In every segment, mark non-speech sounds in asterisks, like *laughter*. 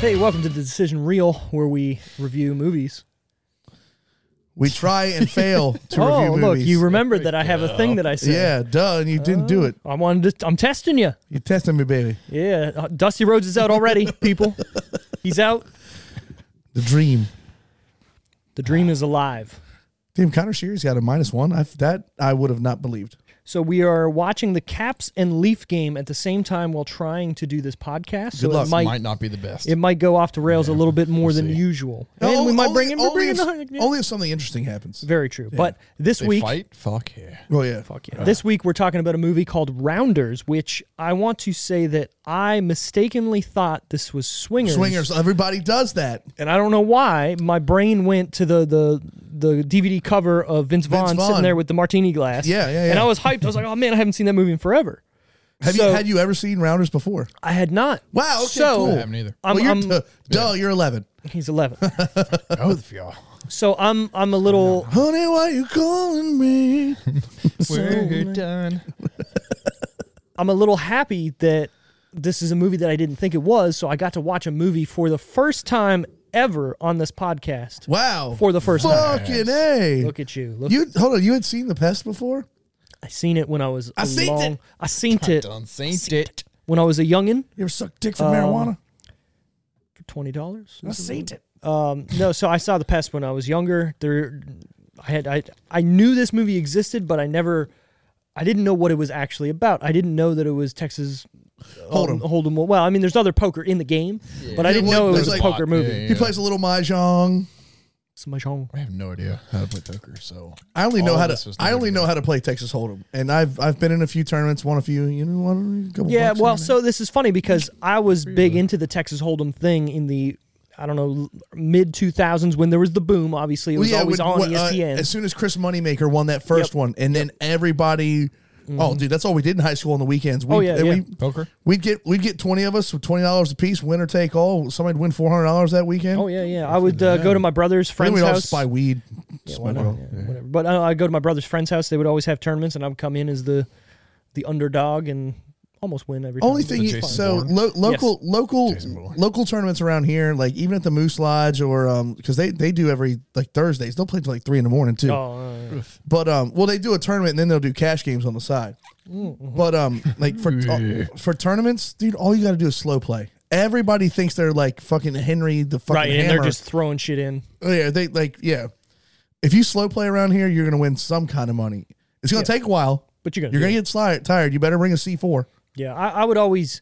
Hey, welcome to the Decision Reel, where we review movies. We try and *laughs* fail to oh, review look, movies. you Oh. remembered that I have a thing that I said. yeah, duh, and you didn't do it. I wanted to. I'm testing you. You tested me, baby. Yeah, uh, Dusty Rhodes is out *laughs* already, people. He's out. The dream. The dream is alive. Damn, Connor Sheary's got a minus one. I, that I would have not believed. So we are watching the Caps and Leaf game at the same time while trying to do this podcast. so Good luck. it might, might not be the best. it might go off the rails a little bit more than usual, and we Only- might bring only- in we're bringing only, if, the- only if something interesting happens. Very true. But this they week, fight? Fuck yeah. Oh yeah, This week we're talking about a movie called Rounders, which I want to say that I mistakenly thought this was Swingers. swingers. Everybody does that. And I don't know why my brain went to the the the DVD cover of Vince Vaughn, sitting Vaughn. there with the martini glass. Yeah, yeah, And yeah. I was hyped. I was like, "Oh man, I haven't seen that movie in forever." Have So- you had you ever seen Rounders before? I had not. Wow, okay, so cool. I haven't either. I'm, well, you're I'm- duh, duh, you're eleven. he's 11. *laughs* Both of y'all. so I'm I'm a little Honey, why you calling me? We're done. I'm a little happy that this is a movie that I didn't think it was. So I got to watch a movie for the first time ever on this podcast. Wow, *laughs* For the first time. fucking a. Look at you. Look, You hold on. You had seen the pest before? I seen it when I was a I seen long. it. I seen it Done. Saint it. when I was a youngin You ever sucked dick for Uh, marijuana? for twenty dollars. I seen it. No, so I saw the pest when I was younger. There, I had I I knew this movie existed, but I never, I didn't know what it was actually about. I didn't know that it was Texas. um, Hold'em. Hold'em. Well, I mean, there's other poker in the game, but I Yeah, didn't well, know it there's was a like- poker movie. Yeah, He yeah. plays a little mahjong. It's my genre. I have no idea how to play poker, so I only know All how of this to. was I new only to me. know how to play Texas Hold'em, and I've I've been in a few tournaments, won a few. You know, won a couple. Yeah, bucks well, here so this is funny *laughs* because I was big into the Texas Hold'em thing in the I don't know mid 2000s when there was the boom. Obviously, it and was there. Well, yeah, always when- on E when, uh, ESPN. as soon as Chris Moneymaker won that Yep. first Mm-hmm. one, and then everybody. Oh, dude, that's all we did in high school on the weekends. We, Oh, yeah, and yeah. We, Poker? We'd get we'd get twenty of us with twenty dollars a piece, winner take all. Somebody'd win four hundred dollars that weekend. Oh yeah, yeah. I would uh, go to my brother's And then friend's we'd all house. just buy weed. Just buy weed. whatever. But uh, I'd go to my brother's friend's house. They would always have tournaments, and I would come in as the the underdog and almost win every. Only time. thing, you, Jason so Bourne. lo- local local Jason Bourne. local tournaments around here, like even at the Moose Lodge or um, because they they do every like Thursdays. They'll play till like three in the morning too. Oh, uh, But um, well, they do a tournament and then they'll do cash games on the side. Mm-hmm. But um, like for uh, for tournaments, dude, all you got to do is slow play. Everybody thinks they're like fucking Henry the fucking right, and hammer. they're just throwing shit in. Oh, yeah, they like yeah. If you slow play around here, you're gonna win some kind of money. It's gonna take a while, But you're gonna you're do gonna get sli- tired. You better bring a C four. Yeah, I, I would always.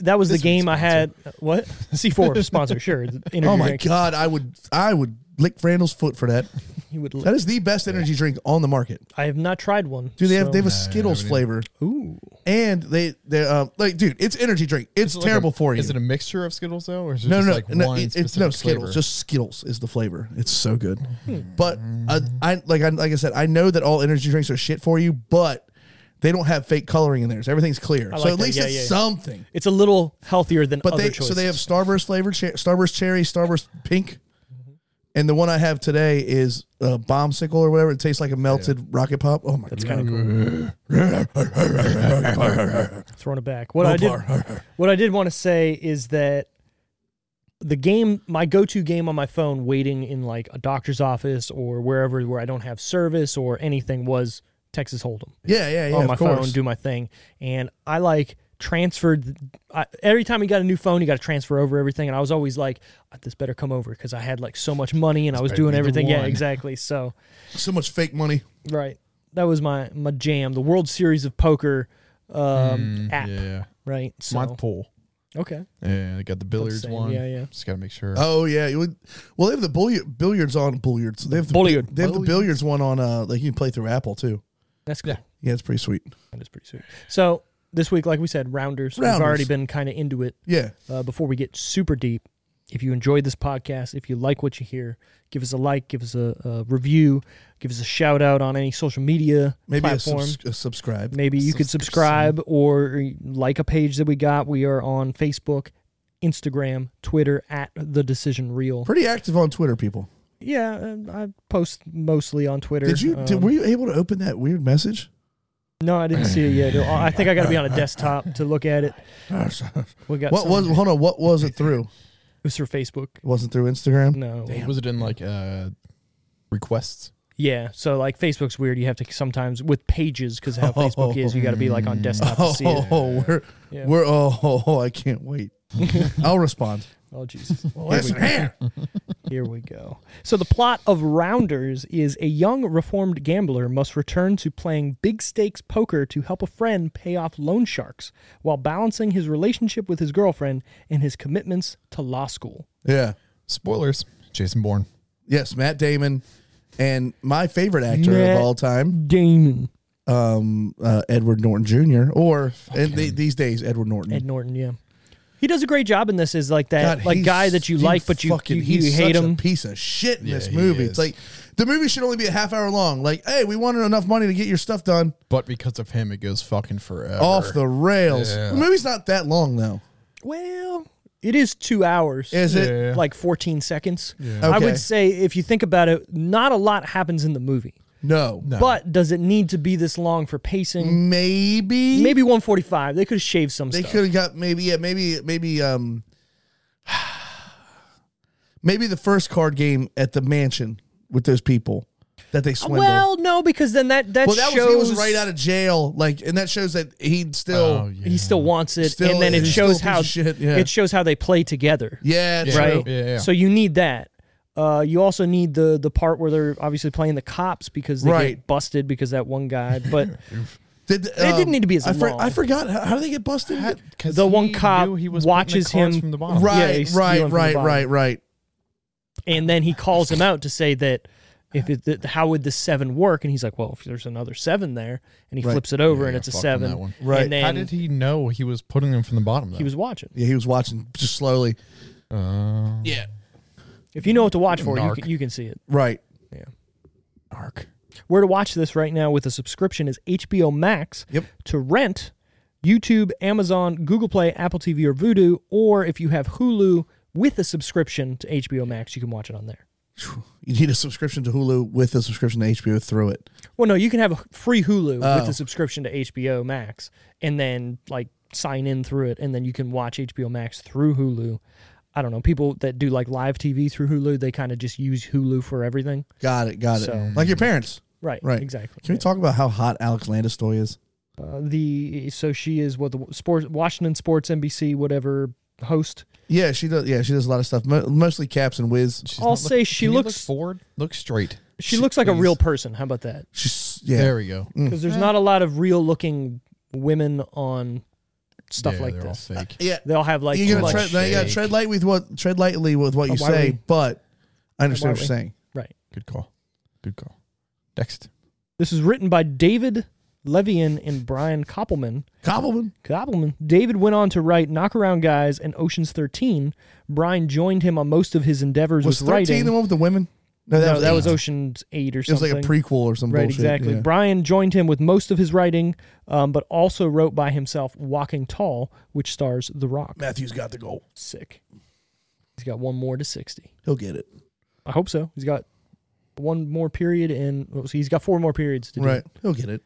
That was the game I had. uh, *laughs* What C four sponsor? Sure. energy Oh my drink. god, I would I would lick Randall's foot for that. He would. That is the best energy drink on the market. I have not tried one. Dude, they have so- they have a Skittles flavor, Ooh. and they they um like dude, it's energy drink. It's Is it like terrible a- for you. Is it a mixture of Skittles though, or is it no, just no, like no, one it- it's specific no Skittles. flavor? Just Skittles is the flavor. It's so good. Hmm. But I, I like I like I said, I know that all energy drinks are shit for you, but they don't have fake coloring in theirs. Everything's clear, I so like at that. least Yeah, it's yeah, yeah. something. It's a little healthier than But other they choices. so they have Starburst flavored, che- Starburst cherry, Starburst pink, and the one I have today is uh, bombsicle or whatever. It tastes like a melted rocket pop. Oh my That's god, kind of cool. *laughs* Throwing it back. What I did, what I did want to say is that the game, my go-to game on my phone, waiting in like a doctor's office or wherever where I don't have service or anything, was Texas Hold'em yeah, yeah, yeah. on of Oh, my course. phone, do my thing, and I like transferred. I, every time you got a new phone, you got to transfer over everything, and I was always like, "Uh, "This better come over" because I had like so much money and I was better doing be the everything. Yeah, one. exactly. So. so much fake money. Right. That was my my jam. The World Series of Poker Mm, um, app. Yeah. Right. So Month pool. okay. Yeah, they got the billiards same, one. yeah, yeah. Just gotta make sure. Oh yeah, you would, well they have the billiard, billiards on billiards. They have the, Billiard. They have the billiards one on uh like you can play through Apple too. That's cool. Yeah, it's pretty sweet. That is pretty sweet. So this week, like we said, rounders. We've Rounders. already been kind of into it. Yeah. Uh, before we get super deep, if you enjoyed this podcast, if you like what you hear, give us a like, give us a, a review, give us a shout out on any social media Maybe a, platform. subs- a subscribe. Maybe you could subscribe or like a page that we got. We are on Facebook, Instagram, Twitter at the Decision Reel. Pretty active on Twitter, people. Yeah, uh, I post mostly on Twitter. Did you? Um, did, were you able to open that weird message? No, I didn't see it yet. *laughs* I think I got to be on a desktop to look at it. We got What was? some- Hold on. What was it through? It was through Facebook. It wasn't through Instagram. No. Was it in like uh, requests? Yeah. So like Facebook's weird. You have to sometimes with pages because how Facebook is, you got to be like on desktop to *laughs* Oh, see it. we're Yeah. we're oh, oh, oh, *laughs* I can't wait. I'll respond. Oh *laughs* Jesus. Here we Listen here. Here we go. So the plot of Rounders is a young reformed gambler must return to playing big stakes poker to help a friend pay off loan sharks while balancing his relationship with his girlfriend and his commitments to law school. Yeah. Spoilers. Jason Bourne. Yes, Matt Damon, and my favorite actor Matt- of all time, Damon. um, uh, Edward Norton Jr. Or and the, these days, Edward Norton. Ed Norton, yeah. He does a great job in this Is like that God, like he's- guy that you he like but you, fucking- you, you he's hate such a him. piece of shit in Yeah, this he movie. It's is. like the movie should only be a half hour long. Like, hey, we wanted enough money to get your stuff done. But because of him, it goes fucking forever. Off the rails. Yeah. The movie's not that long though, well, it is 2 hours. is it? Yeah. like 14 seconds. I Okay. would say if you think about it, not a lot happens in the movie. No. No. But does it need to be this long for pacing? Maybe. Maybe 145. They could have shaved some They stuff. could have got maybe yeah maybe maybe um *sighs* maybe the first card game at the mansion with those people that they swindled. Well, no, because then that that, Well, that shows was he was right out of jail, like, and that shows that he'd still Oh, yeah. he still wants it, Still and then it is. Still a shows piece how of shit, yeah. it shows how they play together. yeah, true. right? Yeah, yeah. So you need that. Uh, you also need the the part where they're obviously playing the cops because they Right. get busted because that one guy. But *laughs* Did, um, didn't need to be as I, long. I forgot how, how do they get busted? The one cop watches him- from the bottom. Yeah, right, he's stealing right, from the right, bottom. right, right. and then he calls him out to say that if it, that how would the seven work and he's like well if there's another seven there and he Right. flips it over Yeah, and it's a fuck him, that seven one. Right. and then How did he, he know he was putting him from the bottom? Though? was watching Yeah, he was watching just slowly. Uh, Yeah, if you know what to watch for you Narc. can, you can see it right. arc. where to watch this right now with a subscription is hbo max Yep. to rent youtube amazon google play apple tv or vudu or if you have hulu with a subscription to hbo max you can watch it on there You need a subscription to Hulu with a subscription to HBO through it. well no you can have a free hulu with Oh. a subscription to hbo max and then like sign in through it and then you can watch hbo max through hulu i don't know people that do like live tv through hulu they kind of just use hulu for everything Got it, got it. So- like your parents. right Right. exactly Can we talk about how hot Alex Landistoy is? uh, the so she is what the sports washington sports nbc whatever host Yeah, she does. Yeah, she does a lot of stuff, mo- mostly caps and whiz. She's I'll not say she can you looks- look forward. Look straight. she looks like a please. real person how about that She's yeah, There we go. because there's not a lot of real looking women on stuff Yeah, like they're all this fake. yeah. they all have like you gotta like- tread, now you gotta shake. tread light with what tread lightly with what you why say, we- but I understand what why you're saying. right *laughs* Good call. Good call. Next. this is written by david levian and brian koppelman Cobbleman. Koppelman. David went on to write Knockaround Guys and Ocean's 13. Brian joined him on most of his endeavors Was with thirteen writing. the one with the women? No, no, that eight. was Ocean's 8 or It was something. like a prequel or some Right, bullshit. exactly. yeah. Brian joined him with most of his writing, um, but also wrote by himself Walking Tall, which stars The Rock. Matthew's got the goal. Sick. He's got one more to 60. He'll get it. I hope so. He's got one more period and well, so he's got four more periods to do. Right. He'll get it.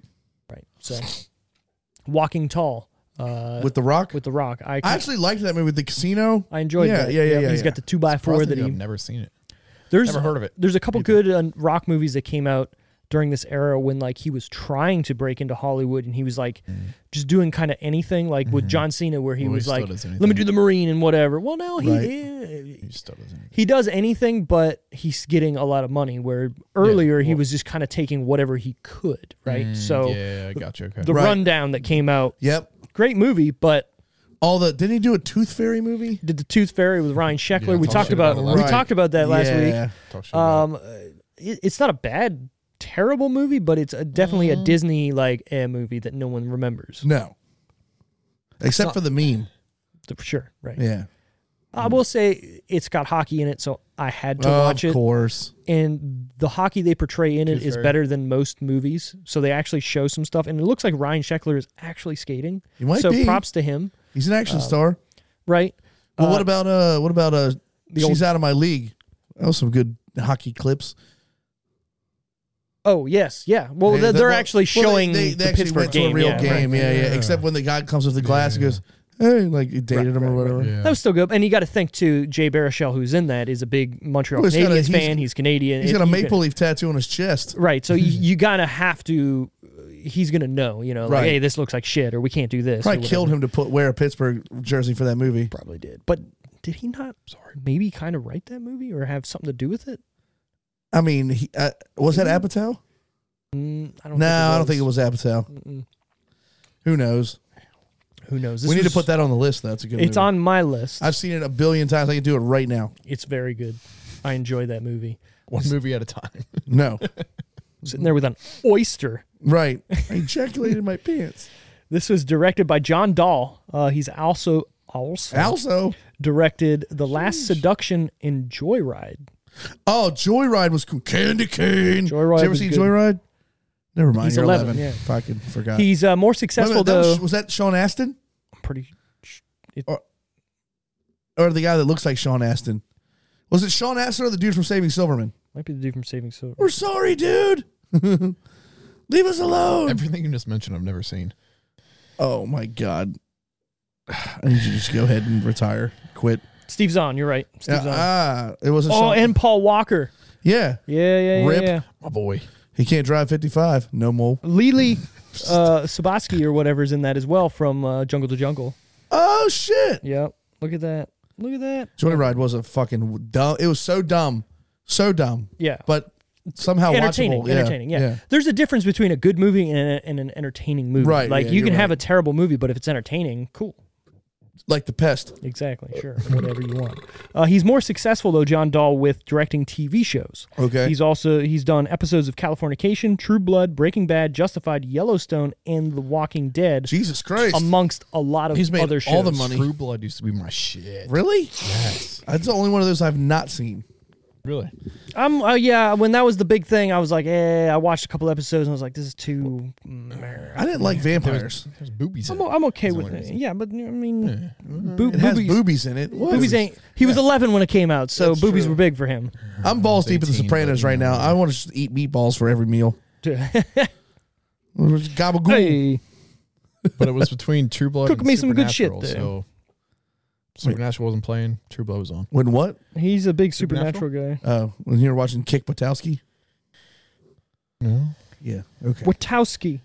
Right. So Walking Tall uh, with, With the rock. The Rock. I, I actually liked that movie with the casino. I enjoyed Yeah, that. yeah, yeah, yeah, He's yeah. got the two by four Surprised that I've he. never seen it. There's Never heard of it. There's a couple good uh, rock movies that came out during this era when like he was trying to break into Hollywood and he was like just doing kind of anything like with John Cena where he Mm-hmm. Well, he was still like does let me do the marine and whatever. Well no, he Right. eh, He still doesn't. he does anything but he's getting a lot of money where earlier he well- was just kind of taking whatever he could, right? Mm, so yeah, I got you. Okay. the Right. rundown that came out, Yep. great movie, but All the didn't he do a Tooth Fairy movie? did the Tooth Fairy with Ryan Sheckler. Yeah, we talk talked shit about about, it last we week. talked about that last week. Yeah. Talk shit about Um, uh, it, it's not a bad, terrible movie, but it's a, definitely a Disney like eh, movie that no one remembers. No. except for the meme. For sure, right? Yeah. I will say it's got hockey in it, so I had to Oh, watch of it. course. And the hockey they portray in it is fair. better than most movies, so they actually show some stuff. And it looks like Ryan Scheckler is actually skating. He might so be. props to him, He's an action star. right? Well, Um, uh, what about uh? What about uh? the She's old- out of my league. That was some good hockey clips. Oh yes, yeah. Well, Yeah, they're, the- they're well, actually well, they- showing They, they the actually Pittsburgh went to game. a real yeah, right. game. Yeah, yeah. Except when the guy comes with the glass and goes, "Hey," like it dated him or whatever. Yeah. That *laughs* was still good. And you got to think too. Jay Baruchel, who's in that, is a big Montreal Well, he's got a- Canadiens he's- fan. He's Canadian. He's It- got a you maple gotta- leaf tattoo on his chest. right? *laughs* So you, you gotta have to. He's gonna know. You know, like, Right. hey, this looks like shit, or we can't do this. or Probably killed whatever. him to put wear a Pittsburgh jersey for that movie. Probably did. But did he not? Sorry. Maybe kind of write that movie or have something to do with it? I mean, he, uh, was that Apatow? Mm, I don't. No, I don't think it was Apatow. Who knows? Who knows? This we need was- to put that on the list. That's a good. It's movie. on my list. I've seen it a billion times. I can do it right now. it's very good. I enjoy that movie. one movie at a time. *laughs* No, Sitting there with an oyster. right? I ejaculated my pants. This was directed by John Dahl. Uh, he's also also *laughs* Also, directed The Last Seduction and Joyride. oh, Joyride was cool. Candy Cane. Joyride Did you ever was see good. Joyride? Never mind. He's you're 11, 11. yeah. Fucking forgot. He's uh, more Wait a successful minute, that though. was, was that Sean Astin I'm pretty. sh- It, Or- or the guy that looks like Sean Astin? Was it Sean Astin or the dude from Saving Silverman? might be the dude from Saving Silver. We're sorry, dude. *laughs* Leave us alone. Everything you just mentioned, I've never seen. Oh my god. *sighs* I need you to just go ahead and retire, quit. Steve Zahn, you're right. Steve Yeah, Zahn. ah, it was a uh, oh, Sean- and Paul Walker. yeah, Yeah, yeah, yeah. Rip. yeah. My boy. he can't drive 55 no more. Lily uh, Sabaski or whatever's in that as well from uh, Jungle to Jungle. Oh shit! Yeah, look at that. Look at that. Joyride was a fucking dumb. It was so dumb, so dumb, Yeah. but somehow entertaining, watchable. Yeah, entertaining. Yeah. there's a difference between a good movie and, a, and an entertaining movie. Right, like yeah, you you're can have a right. terrible movie, but if it's entertaining, cool. like the pest. Exactly, Uh, sure, whatever you want. Uh, he's more successful though, John Dahl, with directing TV shows. Okay. He's also he's done episodes of Californication, True Blood, Breaking Bad, Justified, Yellowstone, and The Walking Dead, Jesus Christ! amongst a lot of He's made other shows. all the money. True Blood used to be my shit. really? Yes. That's the only one of those I've not seen. Really? I'm uh, yeah. When that was the big thing, I was like, eh. I watched a couple episodes and I was like, this is too. I didn't like vampires. There's boobies. in I'm, I'm okay That's with the it. only Yeah, but I mean, boo- It has boobies. boobies in it. What? Boobies ain't. He was 11 when it came out, so That's boobies true. were big for him. I'm balls deep in the 18, Sopranos but, right you know. now. I want to just eat meatballs for every *laughs* meal. Gabagool. hey, But it was between True Blood. Cook and me some good shit Supernatural, there. So Supernatural wasn't playing. True Blood was on. When what? he's a big supernatural, Supernatural? guy. Oh, when you were watching Kick Patowski? No. Yeah. Okay. Watowski.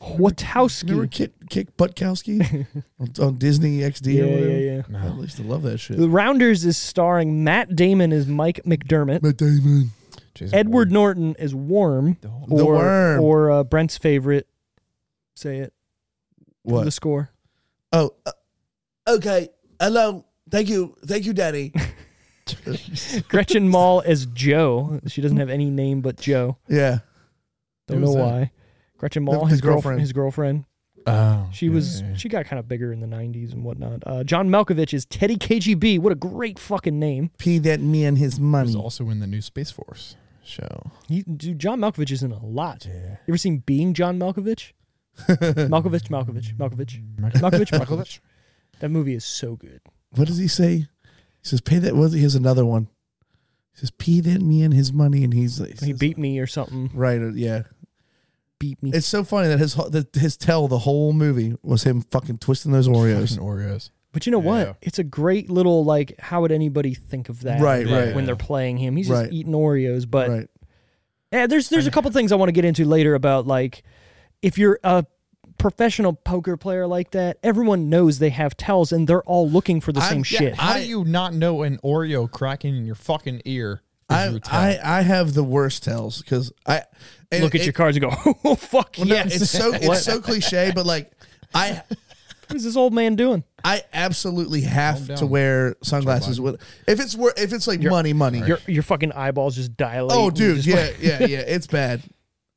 You Remember Watowski. Kick, *laughs* Kick Butkowski on, on Disney XD Yeah, or yeah, whatever? yeah. At least I love that shit. The Rounders is starring Matt Damon as Mike McDermott, Matt Damon. Jason Edward Bourne. Norton as Worm, Dog. or, The Worm. or uh, Brent's favorite. Say it. What? The score. oh, uh, okay. Hello. Thank you. Thank you, Daddy. Gretchen Mall as Joe. She doesn't have any name but Joe. *laughs* yeah. Don't Who know was that? why. Gretchen Mall, his his girlfriend. girlfriend. His girlfriend. Oh, She yeah, was yeah, yeah. she got kind of bigger in the '90s and whatnot. Uh, John Malkovich is Teddy KGB. What a great fucking name. Pee that man his She was money. also in the new Space Force show. He, dude, John Malkovich is in a lot. You ever seen Being John *laughs* Malkovich? Malkovich, Malkovich, Malkovich, Malkovich, Malkovich. That movie is so good. What does he say? He says, pay that. What, here's another one. He says, pay that man his money. And he's like, He beat me or something. Right. uh, Yeah. Beat me. It's so funny that his ho- that his tell the whole movie was him fucking twisting those *laughs* Oreos. Fucking Oreos. But you know Yeah. what? It's a great little like. How would anybody think of that? Right, right. When they're playing him, he's just Right. eating Oreos. But right. Yeah, there's there's a couple things I want to get into later about like if you're a professional poker player like that, everyone knows they have tells and they're all looking for the same I'm- yeah, shit. How I- do you not know an Oreo cracking in your fucking ear? is I, your tell? I I have the worst tells because I and Look at it- your cards and go, *laughs* oh fuck well, *laughs* no, yes. *laughs* It's so it's so cliche, but like I what is this old man doing? I absolutely Calm have down. to wear sunglasses with if it's wor- if it's like money money. Your your fucking eyeballs just dilate. Oh, and dude, just yeah, *laughs* fucking- yeah, yeah. It's bad.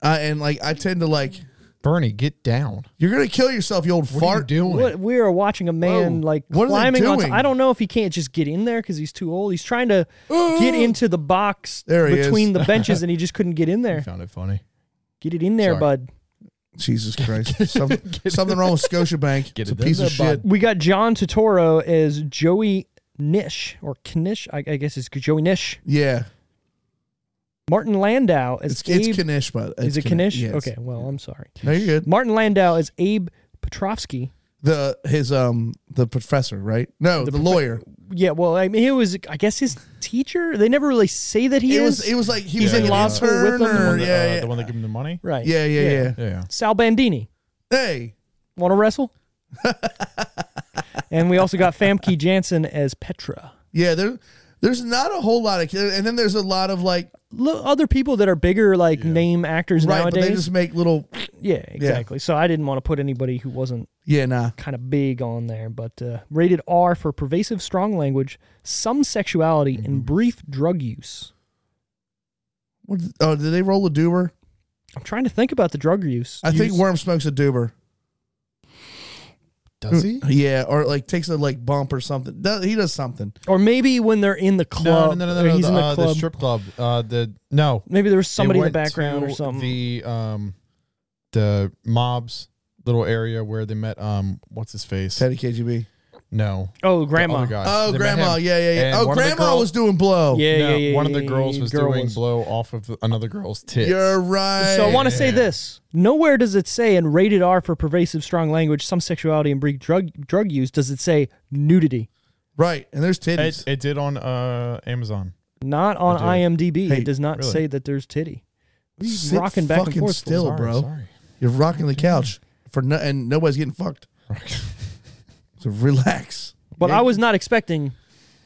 Uh, and like, I tend to like, Bernie, get down. You're gonna kill yourself, you old What fart. are you doing? What we are watching a man Whoa. like What are they climbing on. doing? I don't know if he can't just get in there because he's too old. He's trying to get into the box There he between is. *laughs* the benches and he just couldn't get in there. Found it funny. Get it in there, Sorry. bud. Jesus Christ! Some, something wrong with Scotiabank. Get It's it a in piece of there, shit. bud. We got John Totoro as Joey Nish or Knish. I, I guess it's Joey Nish. Yeah, Martin Landau as it's Abe. it's Kanish, but is it Knish? Yes. Okay, well I'm sorry. No, you're good. Martin Landau as Abe Petrovsky. The his um the professor, right? No, the, lawyer. Yeah, well, I mean, he was, I guess, his teacher. They never really say that he it is. was it was like he was Yeah, like yeah, an yeah. Law intern school with him, the or one yeah, uh, yeah. the one that gave him the money. right. yeah, yeah, yeah, Yeah. Sal Bandini. Hey, Want to wrestle? and we also got Famke Janssen as Petra. yeah. There, there's not a whole lot of, and then there's a lot of like Lo- other people that are bigger, like name actors right, but nowadays. they just make little. yeah, exactly. So I didn't want to put anybody who wasn't Yeah, nah. kind of big on there, but uh, rated R for pervasive strong language, some sexuality, and brief drug use. What, oh, did they roll a doober? I'm trying to think about the drug use. I think Use- Worm smokes a doober. Does he? Yeah, or like takes a like bump or something. Does- He does something. or maybe when they're in the No, club, no, no, no, or no. he's The, in the uh, club. the strip club. Uh, the no. Maybe there was They somebody in the went background or to something. The um, the mobs little area where they met um, what's his face? Teddy KGB. No, oh, the grandma. other guy. Oh, Uh, They met grandma. him. Yeah, yeah, yeah. And oh, one of the grandma girl- was doing blow. Yeah, No, yeah, yeah. one of yeah, the girls yeah, was girl doing was- blow off of the- another girl's tits. You're right. So I want to say Yeah. this. Nowhere does it say in rated R for pervasive strong language, some sexuality and brief drug drug use. Does it say nudity? right, and there's titties. it, it did on uh, Amazon. Not on do. IMDb. Hey, it does not really? say that there's titty. What are you Sit rocking back and fucking forth for? still, Sorry, bro. sorry. You're rocking the couch for no, and nobody's getting fucked. so relax. But I was not expecting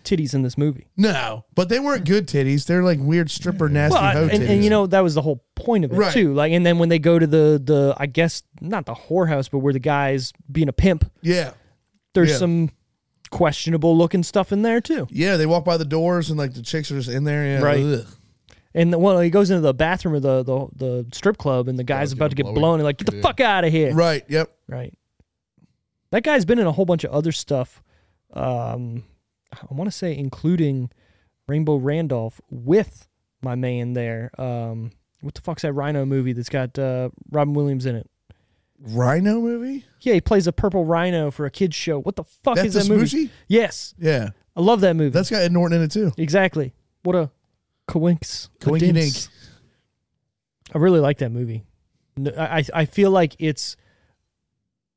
titties in this movie. No, but they weren't good titties. They're like weird stripper nasty Well, I- hoe and, titties. and you know that was the whole point of it Right. too. Like, and then when they go to the the, I guess not the whorehouse, but where the guys being a pimp, yeah, there's Yeah. some questionable looking stuff in there too. yeah. They walk by the doors and like the chicks are just in there. Yeah, Right. ugh. And the, well, he goes into the bathroom of the the, the strip club, and the guy's about to get blowy. blown, and like get the Yeah. fuck out of here, right. Right. Yep. That guy's been in a whole bunch of other stuff. Um, I want to say including Rainbow Randolph with my man there. Um, what the fuck's that Rhino movie that's got uh, Robin Williams in it? Rhino movie. Yeah, he plays a purple rhino for a kids show. What the fuck That's is a that movie? smoochie. Yes, Yeah, I love that movie. that's got Ed Norton in it too. exactly what a coinks. Coinky dinks. dink. I really like that movie. No, I I- I feel like it's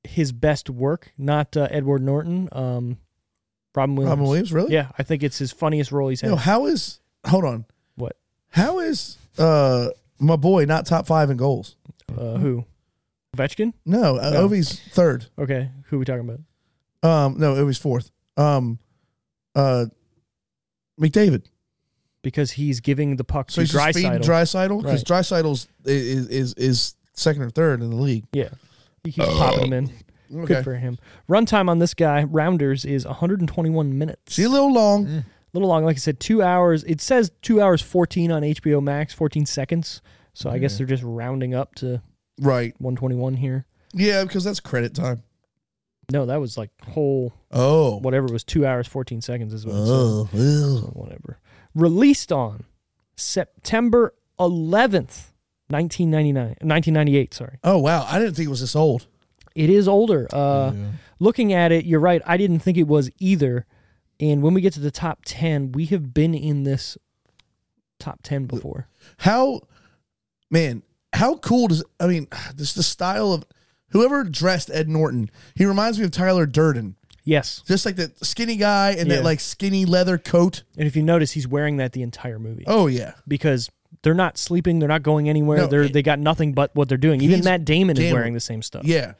his best work, not uh, Edward Norton. Um, Robin Williams. Robin Williams, really? Yeah, I think it's his funniest role he's had. Yo, how is? Hold on. What? How is uh my boy not top five in goals? Uh, who? Ovechkin. No, uh, No. Ovi's third. Okay, who we talking about? Um, no, Ovi's fourth. Um, uh, McDavid. Because he's giving the puck So to he's just feeding Drysaitel. Drysidle because Right. Drysidle's is, is is second or third in the league. yeah, he keeps popping him in. Oh. Good for him. Runtime on this guy, Rounders, is 121 minutes. See a little long. little long. Like I said, two hours. It says two hours 14 on HBO Max, 14 seconds. So I guess they're just rounding up to Right. 121 here. Yeah, because that's credit time. No, that was like whole Oh. whatever it was two hours 14 seconds is what it said. Oh, ew. Whatever. Released on September 11th, 1999, 1998. Sorry, oh wow! I didn't think it was this old. it is older. Uh, Looking at it, you're right. I didn't think it was either. And when we get to the top 10, we have been in this top 10 before. How, man? How cool does I mean? This the style of whoever dressed Ed Norton. He reminds me of Tyler Durden, Yes. just like that skinny guy in Yeah. that like skinny leather coat. And if you notice, he's wearing that the entire movie Oh yeah, because they're not sleeping, they're not going anywhere. No, they're it- they got nothing but what they're doing. Even He's Matt Damon is Damon. wearing the same stuff yeah,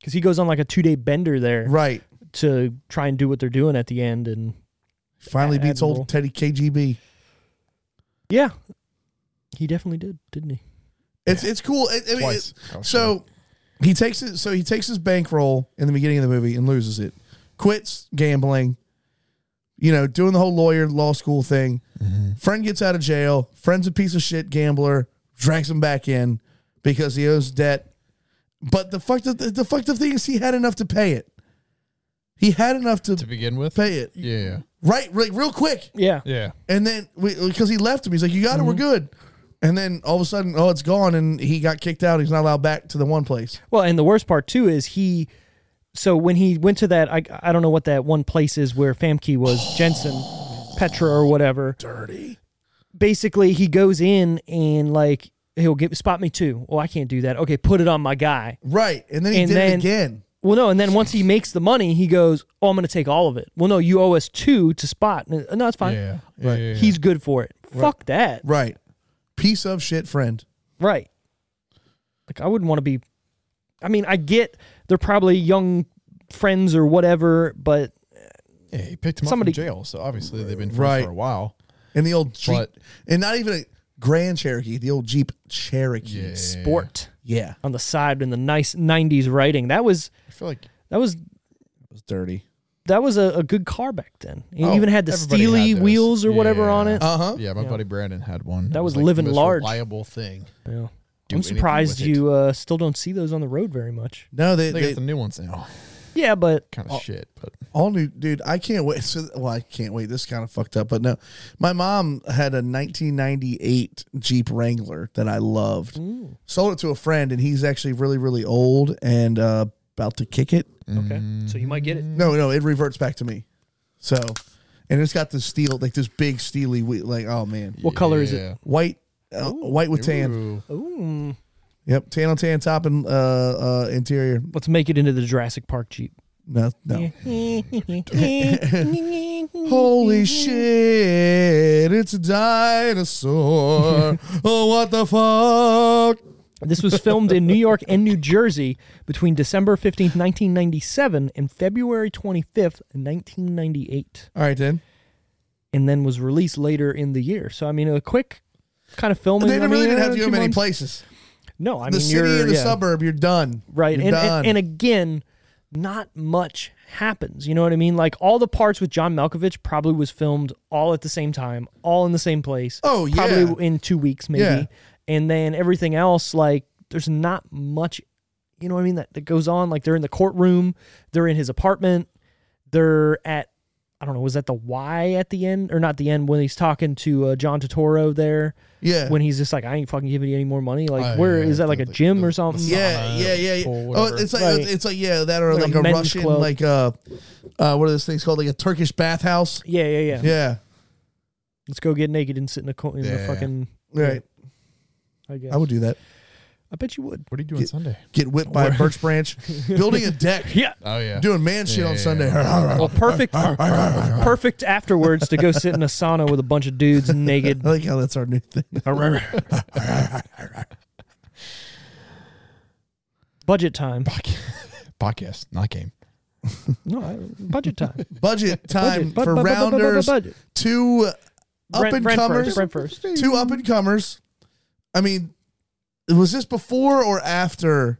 because he goes on like a two day bender there right. to try and do what they're doing at the end. And Finally beats Admirable. old Teddy KGB. yeah, he definitely did, didn't he? It's it's cool. It- I mean, Twice. it- so he takes it. So he takes his bankroll in the beginning of the movie and loses it. Quits gambling. You know, doing the whole lawyer law school thing. Friend gets out of jail. Friend's a piece of shit gambler. Drags him back in because he owes debt. But the fucked up, the fucked up thing is he had enough to pay it. He had enough to, to begin with. pay it Yeah, right, like real quick, Yeah. yeah. and then because he left him, he's like, "You got it, we're good." And then all of a sudden, oh, it's gone, and he got kicked out. He's not allowed back to the one place. Well, and the worst part too is he. So when he went to that, I, I don't know what that one place is where Famke *gasps* was Jensen, Petra or whatever. Dirty. Basically, he goes in and like he'll get spot me too. Well, I can't do that. Okay, put it on my guy. Right, and then he And did then- it again. Well, no, and then once he makes the money, he goes, "Oh, I'm going to take all of it." Well, no, you owe us two to spot. And, No, it's fine. Yeah, yeah, yeah, yeah. He's good for it. Fuck that. Right, piece of shit friend. Right. Like I wouldn't want to be I mean, I get they're probably young friends or whatever, but Yeah, he picked him Somebody- up from jail, so obviously they've been friends Right. for a while. And the old Jeep, But- and not even a Grand Cherokee, the old Jeep Cherokee. sport Yeah, on the side in the nice 90s writing. That was I feel like that was it was dirty. that was a, a good car back then. It Oh, even had the everybody had steely those. wheels or whatever on Yeah. it. Uh huh. yeah, my buddy Brandon had one. That was living the most large. Reliable thing. Yeah. do I'm anything surprised with it. you uh, still don't see those on the road very much. No, they, They Oh. they got the new ones now. Yeah, but Kind of shit, but all new, dude. I can't wait. *laughs* So, well, I can't wait. This kind of fucked up, but no, my mom had a 1998 Jeep Wrangler that I loved. Sold it to a friend, and he's actually really, really old and uh, about to kick it. Mm-hmm. okay. So you might get it. No, no, it reverts back to me. So, and it's got the steel, like this big steely, wheel, like oh man, What color is it? Yeah. white, uh, white with tan. Ooh. Ooh. Yep, tan on tan top and uh, uh, interior. Let's make it into the Jurassic Park *laughs* Jeep. No, no. Holy shit! It's *laughs* a dinosaur. oh, what the fuck? This was filmed in New York and New Jersey between December 15th, 1997 and February 25th, 1998, All right, then. and then was released later in the year. So, I mean, a quick kind of filming. They I mean, really didn't have uh, to go two many months. places. No, I the mean, city you're, and the yeah, suburb. You're done. Right. You're And, done. and, and again, not much happens. You know what I mean? Like all the parts with John Malkovich probably was filmed all at the same time, all in the same place. Oh, yeah. Probably in two weeks, maybe. Yeah. And then everything else, like, there's not much, you know what I mean, that, that goes on. Like they're in the courtroom, they're in his apartment, they're at, I don't know, was that the Y at the end? Or not the end, when he's talking to uh, John Totoro there. yeah. When he's just like, I ain't fucking giving you any more money. Like, Oh, where is yeah, that like the- a the- gym the- or the something? yeah, yeah, yeah, yeah. or Oh, whatever. it's like Right. it's like yeah, that or Like a like, a, men's Russian, club. like uh, uh, what are those things called? Like a Turkish bathhouse. Yeah, yeah, yeah. Yeah, Let's go get naked and sit in a co- in the Yeah. fucking. right. I guess. I would do that. I bet you would. What are you doing Get- Sunday? Get whipped by a *laughs* birch branch, building a deck, Yeah. Oh yeah, doing man shit on Yeah. Sunday. Well, perfect. perfect afterwards to go sit in a sauna with a bunch of *laughs* dudes naked. *laughs* I like how that's our new thing. budget time. *laughs* podcast, not game. No, I, budget time. Budget time Budget. Bu- for bu- bu- bu- bu- rounders. budget. Two up Brent- and Brent comers. first, Brent first. Two up and comers. I mean, was this before or after?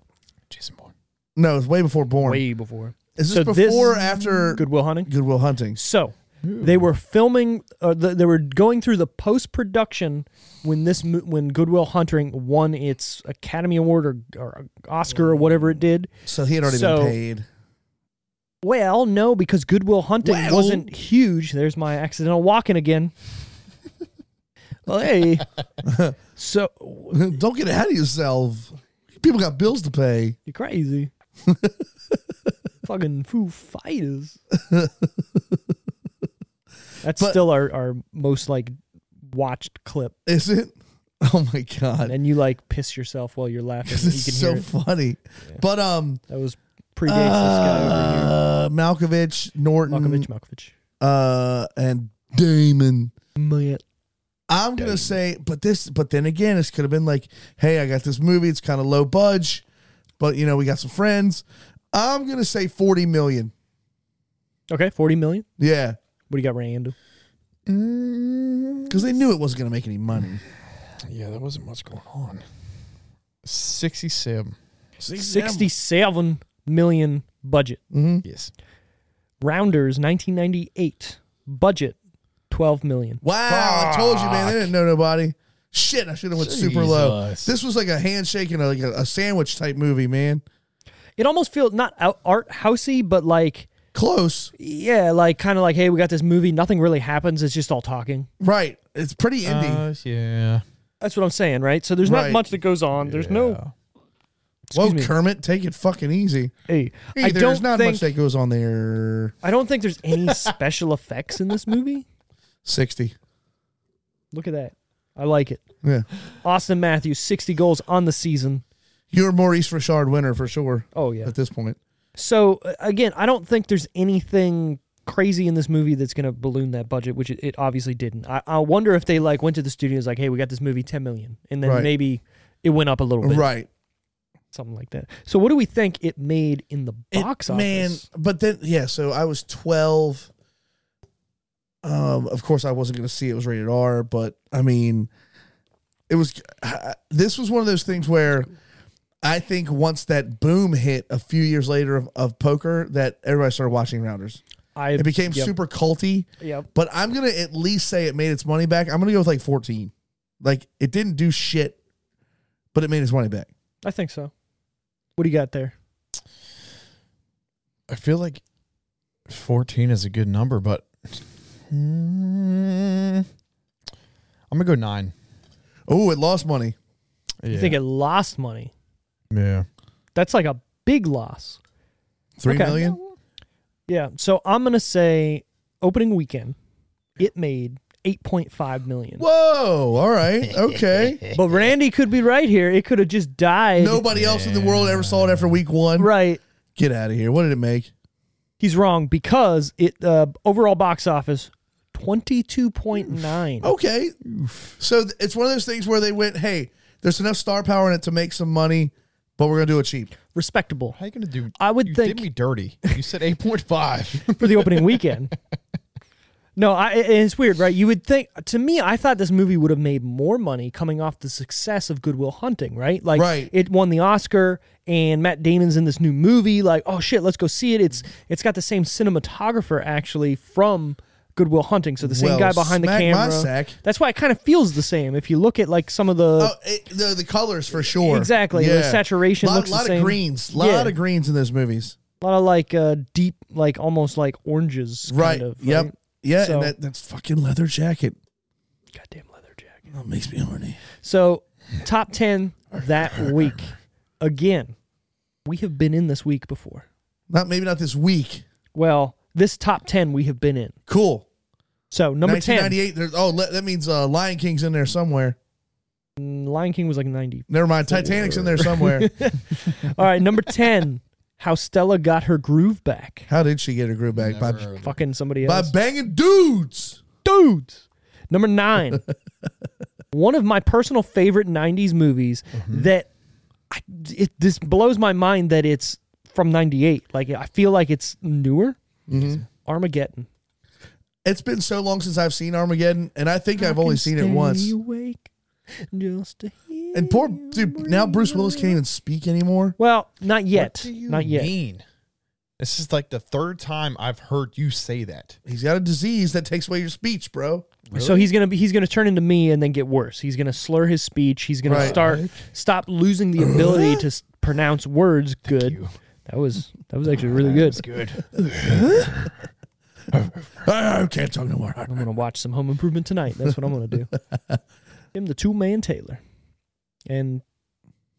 Jason Bourne. No, it's way before Born. Way before Is so this this- before or after Goodwill Hunting. Goodwill Hunting? So they were filming. Uh, th- they were going through the post production when this mo- when Goodwill Hunting won its Academy Award or, or Oscar or whatever it did. So he had already So- been paid. Well, no, because Goodwill Hunting Well. wasn't huge. There's my accidental walking again. well, hey. *laughs* so *laughs* Don't get ahead of yourself. People got bills to pay. you crazy. Fucking Foo Fighters. That's But- still our, our most like watched clip. Is it? *laughs* Oh my *laughs* god, And you like piss yourself while you're laughing. You this can is so hear it. funny. But um, That was predates uh, Malkovich, this guy over here. Norton, Malkovich, Malkovich. uh, and Damon. My- I'm gonna say, but this, but then again, this could have been like, hey, I got this movie. It's kind of low budge, but you know, we got some friends. I'm gonna say 40 million. Okay, 40 million. Yeah, What do you got, Randall? because they knew it wasn't gonna make any money. Yeah, there wasn't much going on. Sixty-seven. 67 million budget. Yes. Rounders 1998 budget 12 million. Wow, I told you, man. They didn't know nobody. Shit, I should have went super low. Jesus. This was like a handshake and a, like a, a sandwich type movie, man. It almost feels not out- art housey, but like Close, yeah, like kind of like hey, we got this movie. Nothing really happens. It's just all talking. right? It's pretty indie. Uh, yeah. That's what I'm saying, right? So there's Right. not much that goes on. There's no Whoa, me. Kermit, take it fucking easy. hey. Hey, I there's don't not think much that goes on there. I don't think there's *laughs* any special effects in this movie. Sixty. Look at that. I like it. Yeah, Austin Matthews, 60 goals on the season. you're a Maurice Richard winner for sure. Oh yeah. At this point, So uh, again, I don't think there's anything crazy in this movie that's going to balloon that budget, which it, it obviously didn't. I, I wonder if they like went to the studios like, "Hey, we got this movie 10 million." And then Right. maybe it went up a little bit, right? something like that. So what do we think it made in the It- box office? man but then yeah so i was 12 um of course i wasn't going to see it was rated r but i mean it was this was one of those things where i think once that boom hit a few years later of, of poker that everybody started watching rounders I it became yep, super culty Yep. but i'm going to at least say it made its money back i'm going to go with like 14 like it didn't do shit but it made its money back I think so. What do you got there? I feel like 14 is a good number, but Hmm. I'm going to go nine. oh it lost money Yeah. You think it lost money? yeah. That's like a big loss. Three Okay. million. Yeah. So I'm going to say opening weekend it made 8.5 million. whoa *laughs* all right okay But Randy could be right here. It could have just died. Nobody else in the world ever saw it after week one. Right. Get out of here. What did it make? He's wrong because it uh, overall box office 22.9. Okay. So th- it's one of those things where they went, hey, there's enough star power in it to make some money, but we're going to do it cheap. Respectable How you going to do? I would you think- did me dirty. You *laughs* said 8.5. for the opening weekend. No, I, it- it's weird, right? You would think to me, I thought this movie would have made more money coming off the success of Goodwill Hunting, right? Like Right. it won the Oscar and Matt Damon's in this new movie like, oh shit, let's go see it. It's it's got the same cinematographer actually from Goodwill Hunting, so the same Well, guy behind the smack my camera. sack. That's why it kind of feels the same if you look at like some of the Oh, it, the, the colors for sure. Exactly. The saturation lot, looks the lot same. of greens. lot Yeah. of greens in those movies. lot of like uh deep like almost like oranges kind Right. of, yep. right? Yeah. So- and that, that's fucking leather jacket. Goddamn leather jacket. That makes me horny. So, top 10 that week. Again, we have been in this week before. Not maybe not this week. Well, this top 10 we have been in. Cool. So, number 10, 1998. There's, oh, le- that means uh, Lion King's in there somewhere. Lion King was like 90. Never mind. Titanic's in there somewhere. *laughs* All right, number 10, *laughs* how Stella got her groove back. How did she get her groove back? By, Fucking somebody by else. banging dudes. dudes. Number nine, *laughs* one of my personal favorite '90s movies that I, it, this blows my mind that it's from '98. Like I feel like it's newer. Mm-hmm. Armageddon. it's been so long since I've seen Armageddon, and I think I've only seen it Stay once. awake just to hear And poor you dude, now Bruce Willis can't even speak anymore. Well, not What yet. do you Not yet. mean? This is like the third time I've heard you say that. He's got a disease that takes away your speech, bro. So he's gonna be he's gonna turn into me and then get worse. He's gonna slur his speech. He's gonna Right. start stop losing the ability to s- pronounce words good. you. That was that was actually really good. *laughs* Good. Ah, I can't talk no more. I'm gonna watch some Home Improvement tonight. That's what I'm gonna *laughs* do. Him, the two man Taylor, and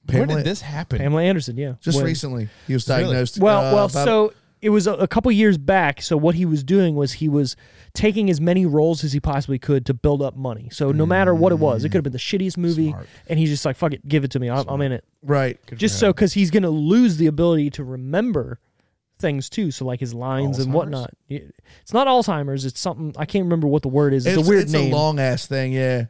When Pamela- did this happen? Pamela Anderson. Yeah, Just When- recently, he was Really? diagnosed. Well, uh, well, about- so it was a, a couple years back. So what he was doing was he was taking as many roles as he possibly could to build up money. So no matter what it was, it could have been the shittiest movie, Smart. and he's just like, "Fuck it, give it to me. I'm, I'm in it." right, Just so because he's gonna lose the ability to remember things too. So like his lines and Alzheimer's? whatnot. Yeah. It's not Alzheimer's. It's something I can't remember what the word is. It's, a weird it's name. a long ass thing. Yeah,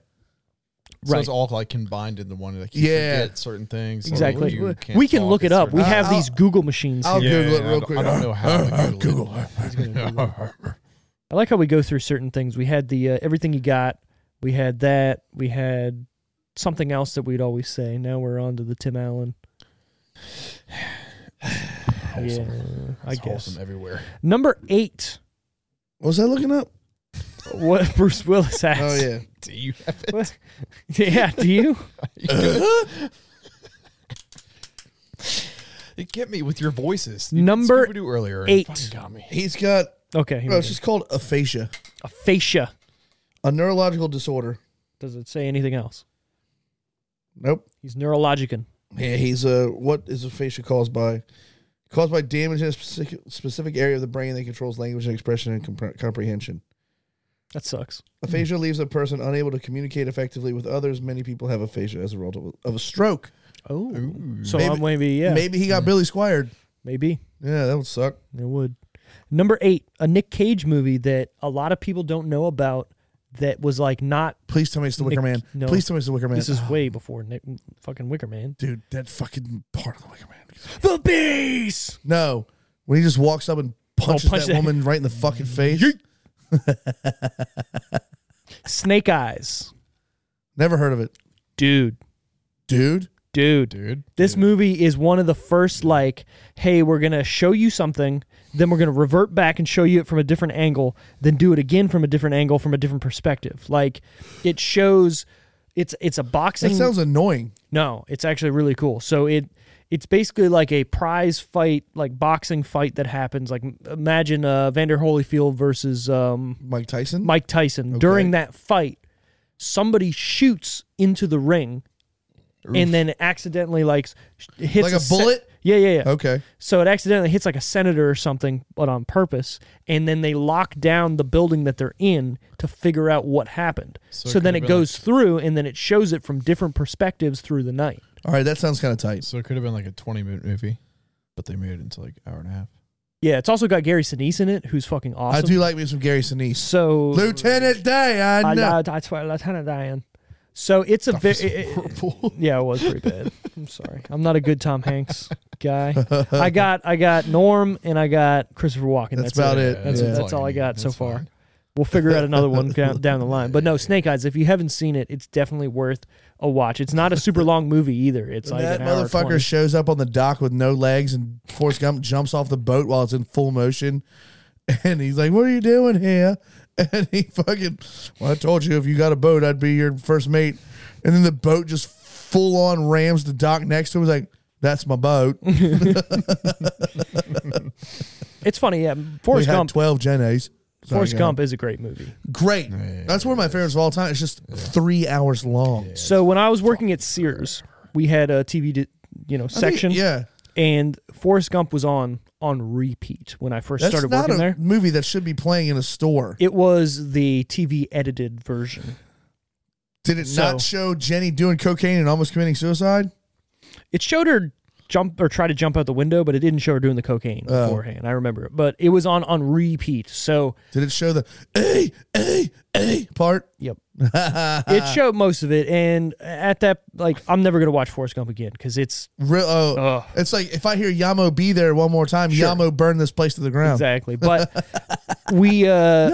So right. it's all like combined into one. Like you Yeah. forget certain things. or Exactly. you can't We can talk look at it up. certain- We have I'll- these Google machines. I'll here. Google it I real don't- quick. I don't know *laughs* how to Google Google. I like how we go through certain things. We had the uh, everything you got. We had that. We had something else that we'd always say. Now we're on to the Tim Allen. yeah, I It's guess *laughs* wholesome everywhere. *laughs* number eight. What was I looking up? what *laughs* Bruce Willis has. Oh yeah. Do you have it? What? Yeah, do you? *laughs* You get me with your voices. Number Scooby-Doo earlier eight. Fucking got me. He's got Okay, here no, we it's go. just called aphasia, aphasia. a neurological disorder. Does it say anything else? Nope. He's neurologicin. Yeah, he's a what is aphasia caused by? Caused by damage in a specific, specific area of the brain that controls language and expression and compre- comprehension. That sucks. Aphasia leaves a person unable to communicate effectively with others. Many people have aphasia as a result of a, of a stroke. Oh, so Maybe- I'm maybe yeah, maybe. Maybe he got Billy Squired. Yeah, that would suck. it would. Number eight, a Nick Cage movie that a lot of people don't know about. That was like not. Please tell me it's the Wicker Nick- Man. no. Please tell me it's the Wicker Man. This is way before Nick fucking Wicker Man. *sighs* dude, that fucking part of the Wicker Man. The beast. No, when he just walks up and punches punch Oh, that that- *laughs* woman right in the fucking face. Snake Eyes. Never heard of it, Dude, dude. dude, Dude. This movie is one of the first like, hey, we're gonna show you something, then we're gonna revert back and show you it from a different angle, then do it again from a different angle, from a different perspective. Like, it shows, it's it's a That boxing. sounds annoying. no, it's actually really cool. So it it's basically like a prize fight, like boxing fight that happens. Like imagine uh, Vander Holyfield versus um, Mike Tyson. Mike Tyson. During that fight, somebody shoots into the ring and then accidentally like sh- hits Like a sen- bullet? yeah, yeah, yeah. Okay. So it accidentally hits like a senator or something, but on purpose. And then they lock down the building that they're in to figure out what happened. So, it then could've it been goes through and then it shows it from different perspectives through the night. All right, that sounds kind of tight. So it could have been like a 20 minute movie, but they made it into like hour and a half. Yeah, it's also got Gary Sinise in it, who's fucking awesome. I do like me some Gary Sinise. so Lieutenant Day, I I, know. I, I swear, Lieutenant Diane. So it's a very *laughs* yeah, it was pretty *laughs* bad. I'm sorry, I'm not a good Tom Hanks guy. I got I got Norm and I got Christopher Walken. That's That's, about it. it. That's, Yeah. that's you all I need. got so That's far. fine. We'll figure out another one down, *laughs* down the line. But no, Snake Eyes. If you haven't seen it, it's definitely worth a watch. It's not a super long movie either. It's When like *laughs* that an hour motherfucker 20. shows up on the dock with no legs and Forrest Gump jumps off the boat while it's in full motion. *laughs* And he's like, What are you doing here? *laughs* And he fucking, Well, I told you if you got a boat, I'd be your first mate. And then the boat just full on rams the dock next to him. He's like, That's my boat. We it's funny. Yeah, Forrest had Gump. 12 Gen A's. Sorry, Forrest go Gump is a great movie. ahead. Great. That's one of my favorites of all time. It's just three hours long. So when I was working at Sears, we had a TV, di- you know, I think- section. yeah. and Forrest Gump was on on repeat when I first That's started not working a there. movie that should be playing in a store. It was the TV edited version. Did it So- not show Jenny doing cocaine and almost committing suicide? It showed her jump or try to jump out the window, but it didn't show her doing the cocaine beforehand. I remember it, but it was on on repeat. So Did it show the a a a part? yep, it showed most of it. And at that, like, I'm never gonna watch Forrest Gump again because it's Real, oh, Ugh. it's like if I hear Yamo be there one more time, Yamo burn this place to the ground. exactly. But we uh,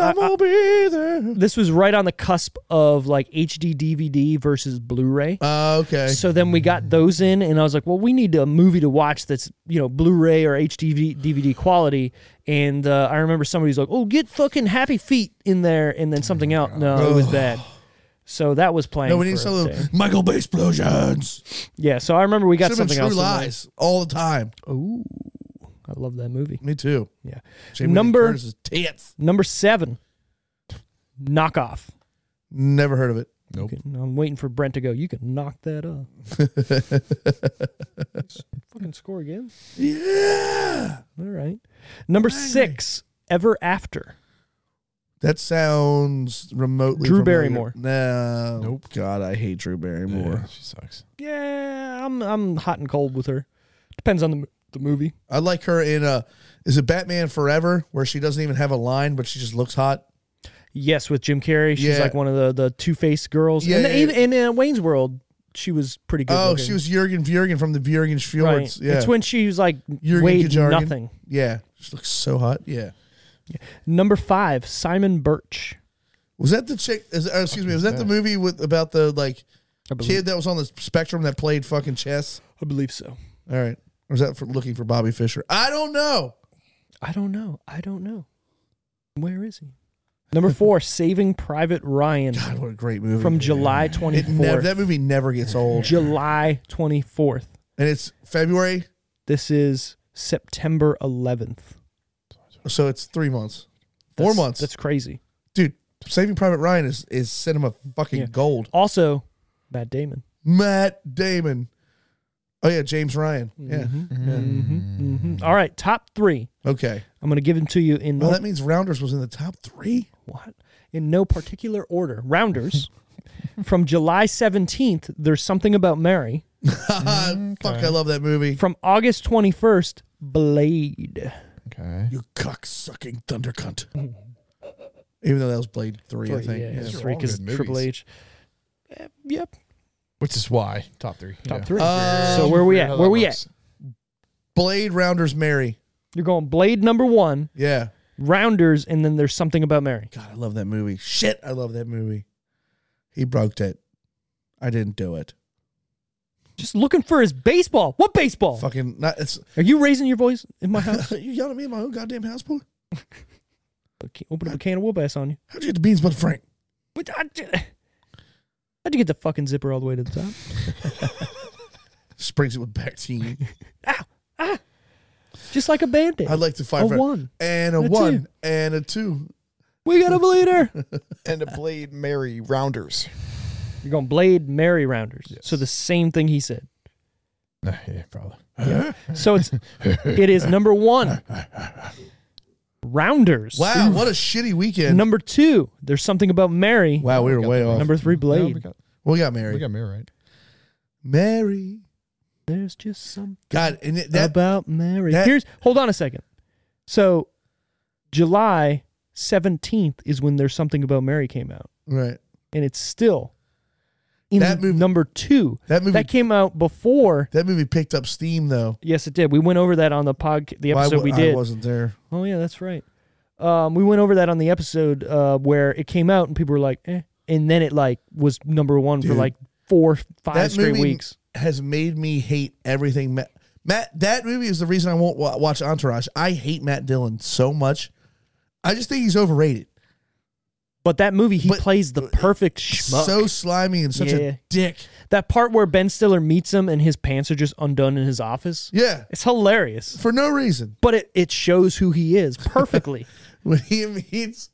I- Yamo be there. this was right on the cusp of like HD DVD versus Blu-ray. Uh, okay. So then we got those in, and I was like, "Well, we need a movie to watch that's you know Blu-ray or HD DVD quality." And uh, I remember somebody was like, "Oh, get fucking Happy Feet in there," and then something Oh else. No, it was bad. So that was playing. no, we need for a some of day. the Michael Bay explosions. Yeah, so I remember we got Should have been something True else. in there. Lies all the time. I love that movie. Me too. Yeah, Jamie Lee Number- Curtis's tits. number seven, knockoff. Never heard of it. Nope. Okay, I'm waiting for Brent to go. You can knock that up. *laughs* fucking score again. Yeah, All right, number six, Ever After. that sounds remotely. Drew familiar. Barrymore. No, Nope. God, I hate Drew Barrymore. Yeah, she sucks. Yeah, I'm I'm hot and cold with her. Depends on the m- the movie. I like her in uh is it Batman Forever where she doesn't even have a line but she just looks hot. Yes, with Jim Carrey, she's Yeah. like one of the the two faced girls. Yeah, and yeah, even in uh, Wayne's World, she was pretty good. Oh, looking. she was Jurgen Bjorgen from the Bjorgen right. Fjords. Yeah. It's when she was like Jurgen weighed Kajargen. nothing. yeah. She looks so hot. Yeah. Number five, Simon Birch. Was that the chick is, uh, excuse me, was that the movie with about the like kid that was on the spectrum that played fucking chess? I believe so. All right. Or is that for looking for Bobby Fischer? I don't know. I don't know. I don't know. Where is he? *laughs* Number four, Saving Private Ryan God, what a great movie from man. July It never 24th. that movie never gets old, July 24th. and it's February, This is September 11th. so it's three months, four That's- months. That's crazy. Dude, Saving Private Ryan is is cinema fucking Yeah. gold. Also, Matt Damon. Matt Damon. Oh yeah, James Ryan. Mm-hmm. Yeah. Mhm. All right, top three. Okay. I'm going to give them to you in Well, no, that means Rounders was in the top three. *laughs* what? in no particular order. Rounders from July 17th. There's something about Mary. Fuck, I love that movie. From August 21st, Blade. Okay. You cock sucking *laughs* thunder cunt. Even though that was Blade three, I think. yeah, Yeah. These are three all because good Triple movies. H. Eh, yep, Which is why top three. top Yeah. three. Uh, so where we Weird at? how Where that we works. at? Blade Rounders Mary. You're going Blade number one, Yeah. Rounders, and then there's something about Mary. God, I love that movie. Shit, I love that movie. He broke it. I didn't do it. Just looking for his baseball. What baseball? Fucking not it's Are you raising your voice in my house? *laughs* *laughs* you yelling at me in my own goddamn house, boy? Okay, Open up a can of whoop ass on you. How'd you get the beans but Frank? But I, j- *sighs* how'd you get the fucking zipper all the way to the top? Springs it with Bactine. *laughs* Just like a bandit. I'd like to fight A for it. one. And a, And a one. two. And a two. we got a *laughs* bleeder. and a Blade Mary Rounders. You're going blade Mary rounders. So the same thing he said. Nah, yeah, probably. So it's *laughs* it is number one. Rounders. Wow, what a shitty weekend. Number two, there's something about Mary. wow, we were got way that. off. Number three, Yeah, Blade. we got we got Mary. we got mirror right. Mary. there's just something God, and it- that about Mary. that- Here's hold on a second. So July 17th is when there's something about Mary came out. right. and it's still in That movie- number two. That movie That came out before. that movie picked up steam though. Yes, it did. We went over that on the pod, the Why episode wa- we did. I wasn't there. Oh yeah, that's right. Um, we went over that on the episode uh, where it came out and people were like, eh. and then it like was number one for Dude. like four, five That straight movie- weeks. Has made me hate everything Matt, Matt that movie is the reason I won't wa- watch Entourage. I hate Matt Dillon so much. I just think he's overrated. But that movie, he But- plays the perfect schmuck. So slimy and such Yeah. a dick. that part where Ben Stiller meets him and his pants are just undone in his office. Yeah. It's hilarious. For no reason. *laughs* But it, it shows who he is perfectly. When he meets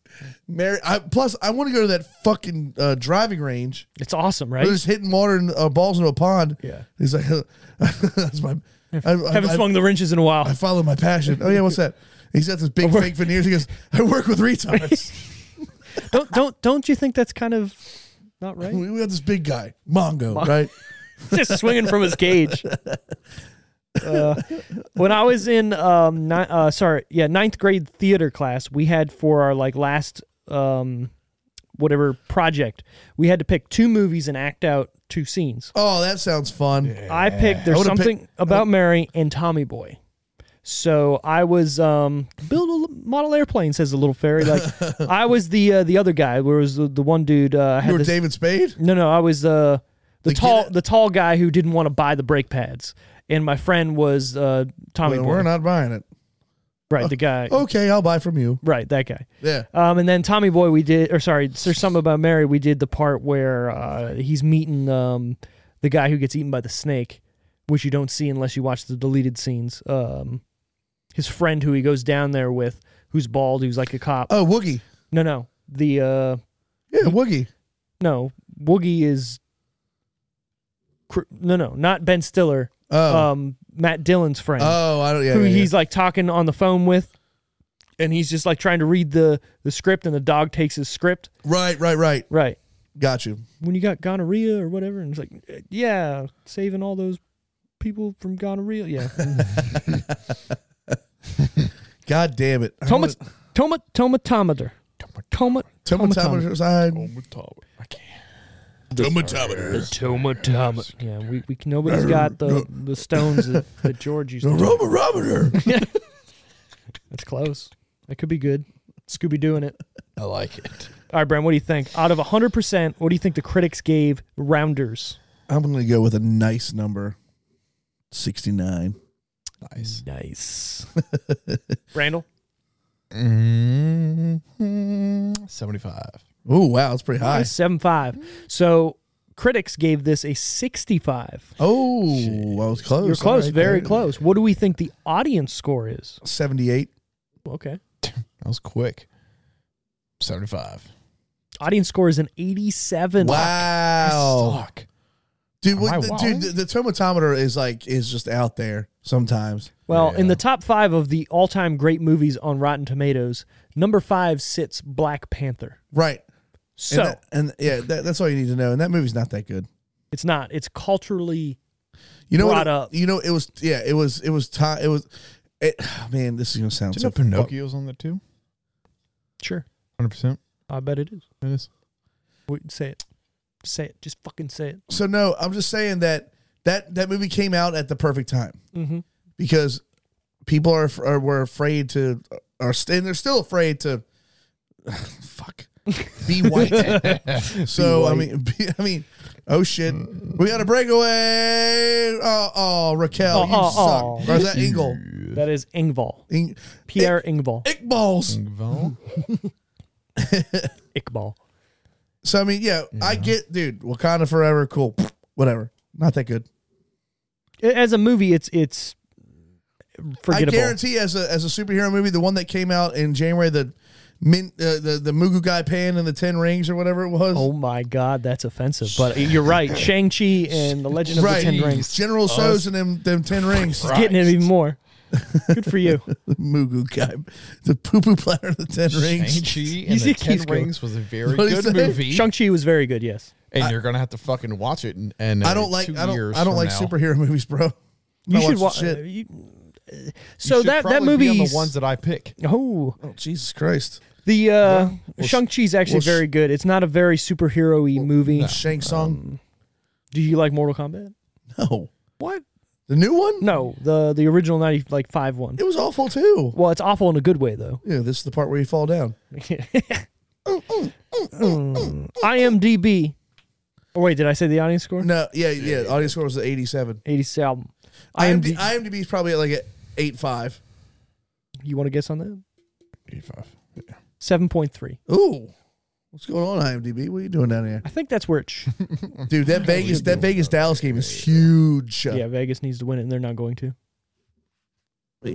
Mary I, plus I want to go to that fucking uh, driving range. it's awesome, They're right? just hitting water and uh, balls into a pond. Yeah. He's like, *laughs* that's my. I, I, Haven't I- swung the wrenches in a while. I follow my passion. Oh yeah, what's that? He's got this big fake veneers. He goes, I work with *laughs* retards. don't don't don't you think that's kind of not right? we, we got this big guy, Mongo, right? *laughs* Just swinging from his cage. *laughs* Uh, when I was in um ni- uh sorry yeah ninth grade theater class, we had for our like last um whatever project, we had to pick two movies and act out two scenes. Oh, that sounds fun. I picked I there's would've something about Mary and Tommy Boy. So I was um, build a l- model airplane says the little fairy. *laughs* Like I was the uh, the other guy. Where was the, the one dude? Uh, had You were this- David Spade. No, no, I was uh, the The tall kid- the tall guy who didn't want to buy the brake pads, and my friend was uh, Tommy Well, Boy, we're not Oh. buying it. right? The guy, Okay, I'll buy from you. right? That guy. Yeah. Um, and then Tommy Boy, we did, or sorry, there's something about Mary. We did the part where uh, he's meeting um, the guy who gets eaten by the snake, which you don't see unless you watch the deleted scenes. Um, his friend who he goes down there with, who's bald, who's like a cop. Oh, Woogie. No, no, the uh, Yeah, Woogie. no Woogie is cr- no, no, not Ben Stiller. Oh, Um, Matt Dillon's friend, oh, I don't. Yeah, who yeah, yeah. he's like talking on the phone with, and he's just like trying to read the the script, and the dog takes his script. right, right, right. Right. Got you. when you got gonorrhea or whatever, and it's like, "Uh, yeah, saving all those people from gonorrhea. Yeah, *laughs* God damn it. I'm Toma, gonna- toma, tomatometer. Toma, tomatometer. Tomatometers. I I can't. tomatometers. Tomatometer. Yeah, we, we nobody's got the the stones that, that George used. The to do. *laughs* Romarometer. *laughs* That's close. That could be good. Scooby doing it. I like it. All right, Brian, what do you think? Out of hundred percent, what do you think the critics gave Rounders? I'm gonna go with a nice number. Sixty nine. Nice. Nice. Randall, Mhm. 75. Ooh, wow, that's pretty high. Seven five. So critics gave this a sixty-five. Oh, I was close. You're close, All right, very there. close. What do we think the audience score is? Seventy-eight. Okay. That was quick. 75. Audience score is an eighty-seven. Wow, Fuck. dude, Am what, I the, wild? dude, the, the tomatometer is like is just out there sometimes. Well, in Yeah. the top five of the all-time great movies on Rotten Tomatoes, number five sits Black Panther. Right. And So that- and yeah, that, that's all you need to know. And that movie's not that good. it's not. It's culturally You know what? Brought up. You know it was. Yeah, it was. It was time. It was. It, *sighs* man, this is gonna sound Do you so know Pinocchio's on there too? sure. 100%. I bet it is. It is. Wait, say it. Say it. Just fucking say it. so no, I'm just saying that that that movie came out at the perfect time Mm-hmm. because people are, are were afraid to are st- and they're still afraid to *sighs* fuck be *laughs* white. so I mean, be, I mean, oh shit, we got a breakaway. Oh, oh Raquel, Oh, you oh, suck. oh. Or is that Engel? That is Ingval. Ing- Pierre Ingval. Ick balls. Ingvar. Iqbal. So I mean, yeah, I get, dude. Wakanda Forever, cool. *sniffs* Whatever, not that good. As a movie, it's it's forgettable. I guarantee, as a as a superhero movie, the one that came out in January, the min, uh, the the Mugu guy pan and the Ten Rings or whatever it was. Oh my God, that's offensive. But you're right. Shang Chi and the Legend of right, the Ten Rings. General So's and them them Ten *laughs* Rings. It's getting it even more. Good for *laughs* you. the Mugu guy, the poo poo platter of the Ten Rings. *laughs* Shang-Chi and the think Ten he's going- Rings was a very What'd he good say? movie. Shang Chi was very good. Yes. and you're going to have to fucking watch it. And, and I don't like I don't I don't like now. superhero movies, bro. You I should uh, watch. watch the shit. so should that that probably be movie on the ones that I pick. Oh, Oh Jesus Christ! the uh, Shang Chi's actually well, sh- very good. It's not a very superhero-y movie. Shang Tsung. Do you like Mortal Kombat? no, Um, What? the new one. No, the the original ninety like five one. It was awful too. Well, it's awful in a good way though. Yeah, this is the part where you fall down. IMDb. Oh wait, did I say the audience score? No, yeah, yeah. Audience score was at eighty-seven. Eighty-seven. IMDb. IMD, IMDb is probably at like at eight five. you want to guess on that? 85. Yeah. Seven point three. Ooh. What's going on, IMDb? What are you doing *laughs* down here, I think that's where it. *laughs* Sh- dude? That Vegas, that Vegas Dallas game is huge. yeah, Vegas needs to win it, and they're not going to.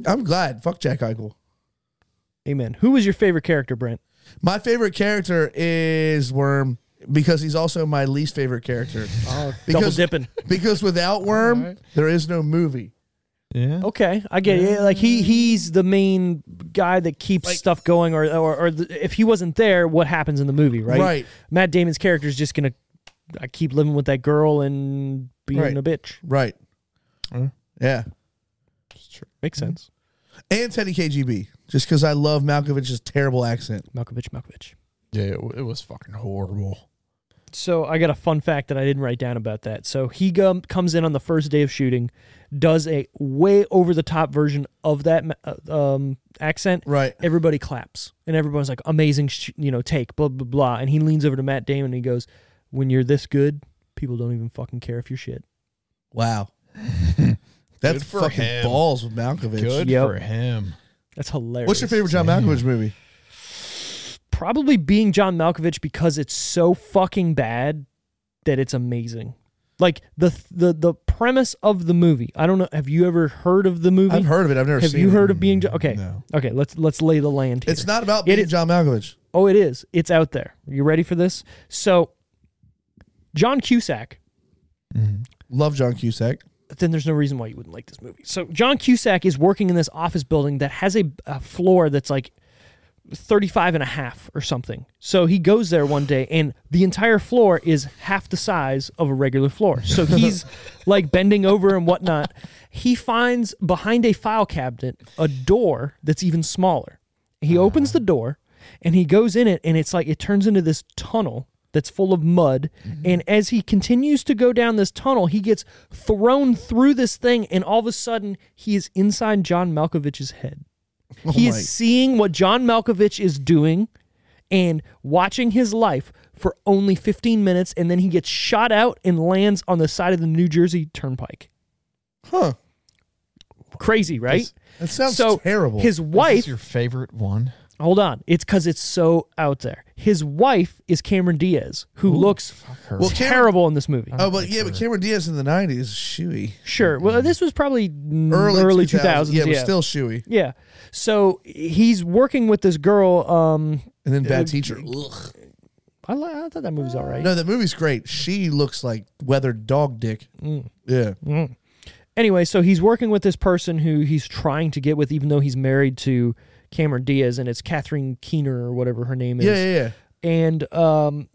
I'm glad. Fuck Jack Eichel. Amen. Who was your favorite character, Brent? My favorite character is Worm because he's also my least favorite character. Oh, double Because- dipping. *laughs* because without Worm, there is no movie. Yeah. Okay, I get it. Like Mm. he he's the main guy that keeps stuff going, or or, or the, if he wasn't there, what happens in the movie, right? Right. Matt Damon's character is just gonna I keep living with that girl and being Right. a bitch. Right. Mm. Yeah. Makes sense. And Teddy KGB, just because I love Malkovich's terrible accent. Malkovich, Malkovich. Yeah, it, wa- it was fucking horrible. So I got a fun fact that I didn't write down about that. So he gum, comes in on the first day of shooting, does a way over the top version of that ma- uh, um, accent. Right. Everybody claps, and everyone's like, "Amazing, sh- you know, take blah blah blah." And he leans over to Matt Damon and he goes, "When you're this good, people don't even fucking care if you're shit." *laughs* Wow. That's Good for fucking him. balls with Malkovich. Good Yep. for him. That's hilarious. What's your favorite John Malkovich movie? Probably being John Malkovich because it's so fucking bad that it's amazing. Like the the the premise of the movie. I don't know. Have you ever heard of the movie? I've heard of it. I've never Have seen you it. heard of being Jo- okay? No. Okay, let's let's lay the land here. It's not about It being is- John Malkovich. oh, it is. It's out there. You ready for this? So, John Cusack. Love John Cusack. Then there's no reason why you wouldn't like this movie. So John Cusack is working in this office building that has a, a floor that's like 35 and a half or something. So he goes there one day and the entire floor is half the size of a regular floor. So he's like bending over and whatnot. He finds behind a file cabinet a door that's even smaller. He opens the door and he goes in it and it's like it turns into this tunnel that's full of mud and as he continues to go down this tunnel he gets thrown through this thing and all of a sudden he is inside John Malkovich's head he Oh my- is seeing what John Malkovich is doing and watching his life for only 15 minutes, and then he gets shot out and lands on the side of the New Jersey Turnpike. Huh. Crazy, right? That sounds so terrible. His Is wife, this your favorite one? Hold on. It's because it's so out there. His wife is Cameron Diaz, who looks Well, Cameron- terrible in this movie. Oh, but yeah, but Cameron Diaz in the '90s, is shooey. sure. Well, this was probably Mm, Early, early, early 2000s. yeah, Yeah, but still shooey. Yeah. So he's working with this girl. Um, And then Bad Teacher. Ugh. I, li- I thought that movie's all right. No, the movie's great. She looks like weathered dog dick. Yeah, anyway, so he's working with this person who he's trying to get with, even though he's married to Cameron Diaz, and it's Catherine Keener or whatever her name is. yeah, yeah. yeah. And um,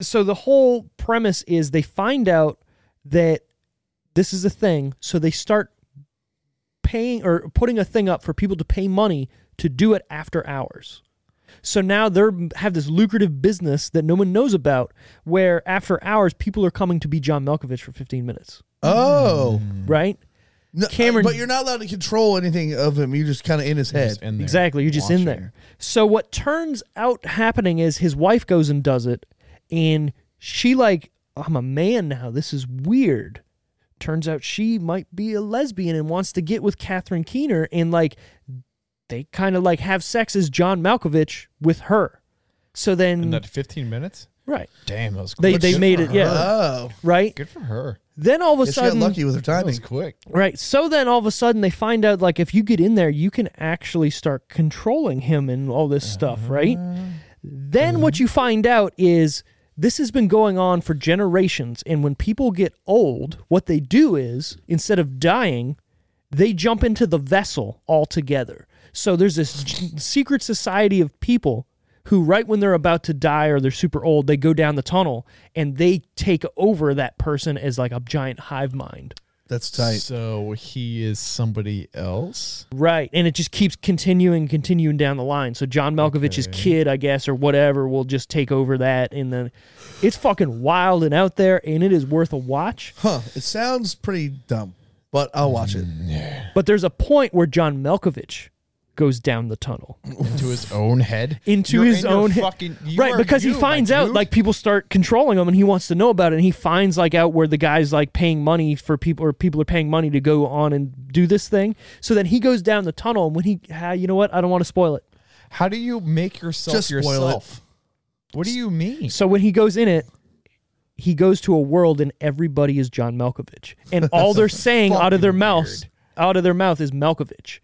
so the whole premise is they find out that this is a thing, so they start paying or putting a thing up for people to pay money to do it after hours. So now they are have this lucrative business that no one knows about, where after hours people are coming to be John Malkovich for 15 minutes, Oh, right? No, Cameron- But you're not allowed to control anything of him. You're just kind of in his head. Just in there Exactly. You're just in watching. there. So what turns out happening is his wife goes and does it, and she like, I'm a man now. This is weird. Turns out she might be a lesbian and wants to get with Catherine Keener, and like, they kind of like have sex as John Malkovich with her. So then, In that 15 minutes? right? Damn, that was quick. They they Good made for it, her. yeah, Oh, right. Good for her. Then all of a yeah, she got sudden, lucky with her That was timing. quick. Right. So then all of a sudden they find out like if you get in there, you can actually start controlling him and all this stuff, right? Then what you find out is this has been going on for generations and when people get old, what they do is instead of dying, they jump into the vessel altogether. So there's this g- secret society of people who right when they're about to die or they're super old, they go down the tunnel and they take over that person as like a giant hive mind. That's tight. So he is somebody else. Right. And it just keeps continuing, continuing down the line. So John Malkovich's kid, I guess, or whatever, will just take over that. And then it's fucking wild and out there, and it is worth a watch. Huh? It sounds pretty dumb, but I'll watch it. But there's a point where John Malkovich goes down the tunnel Into his own head. *laughs* into You're his in your own fucking you right are because you, he my finds out dude. like people start controlling him and he wants to know about it and he finds like out where the guy's like paying money for people or people are paying money to go on and do this thing so then he goes down the tunnel and when he ah, you know what i don't want to spoil it How do you make yourself Just spoil it. yourself? What do you mean? So when he goes in it, he goes to a world and everybody is John Malkovich, *laughs* and all they're saying out of their fucking mouths, out of their mouth is Malkovich.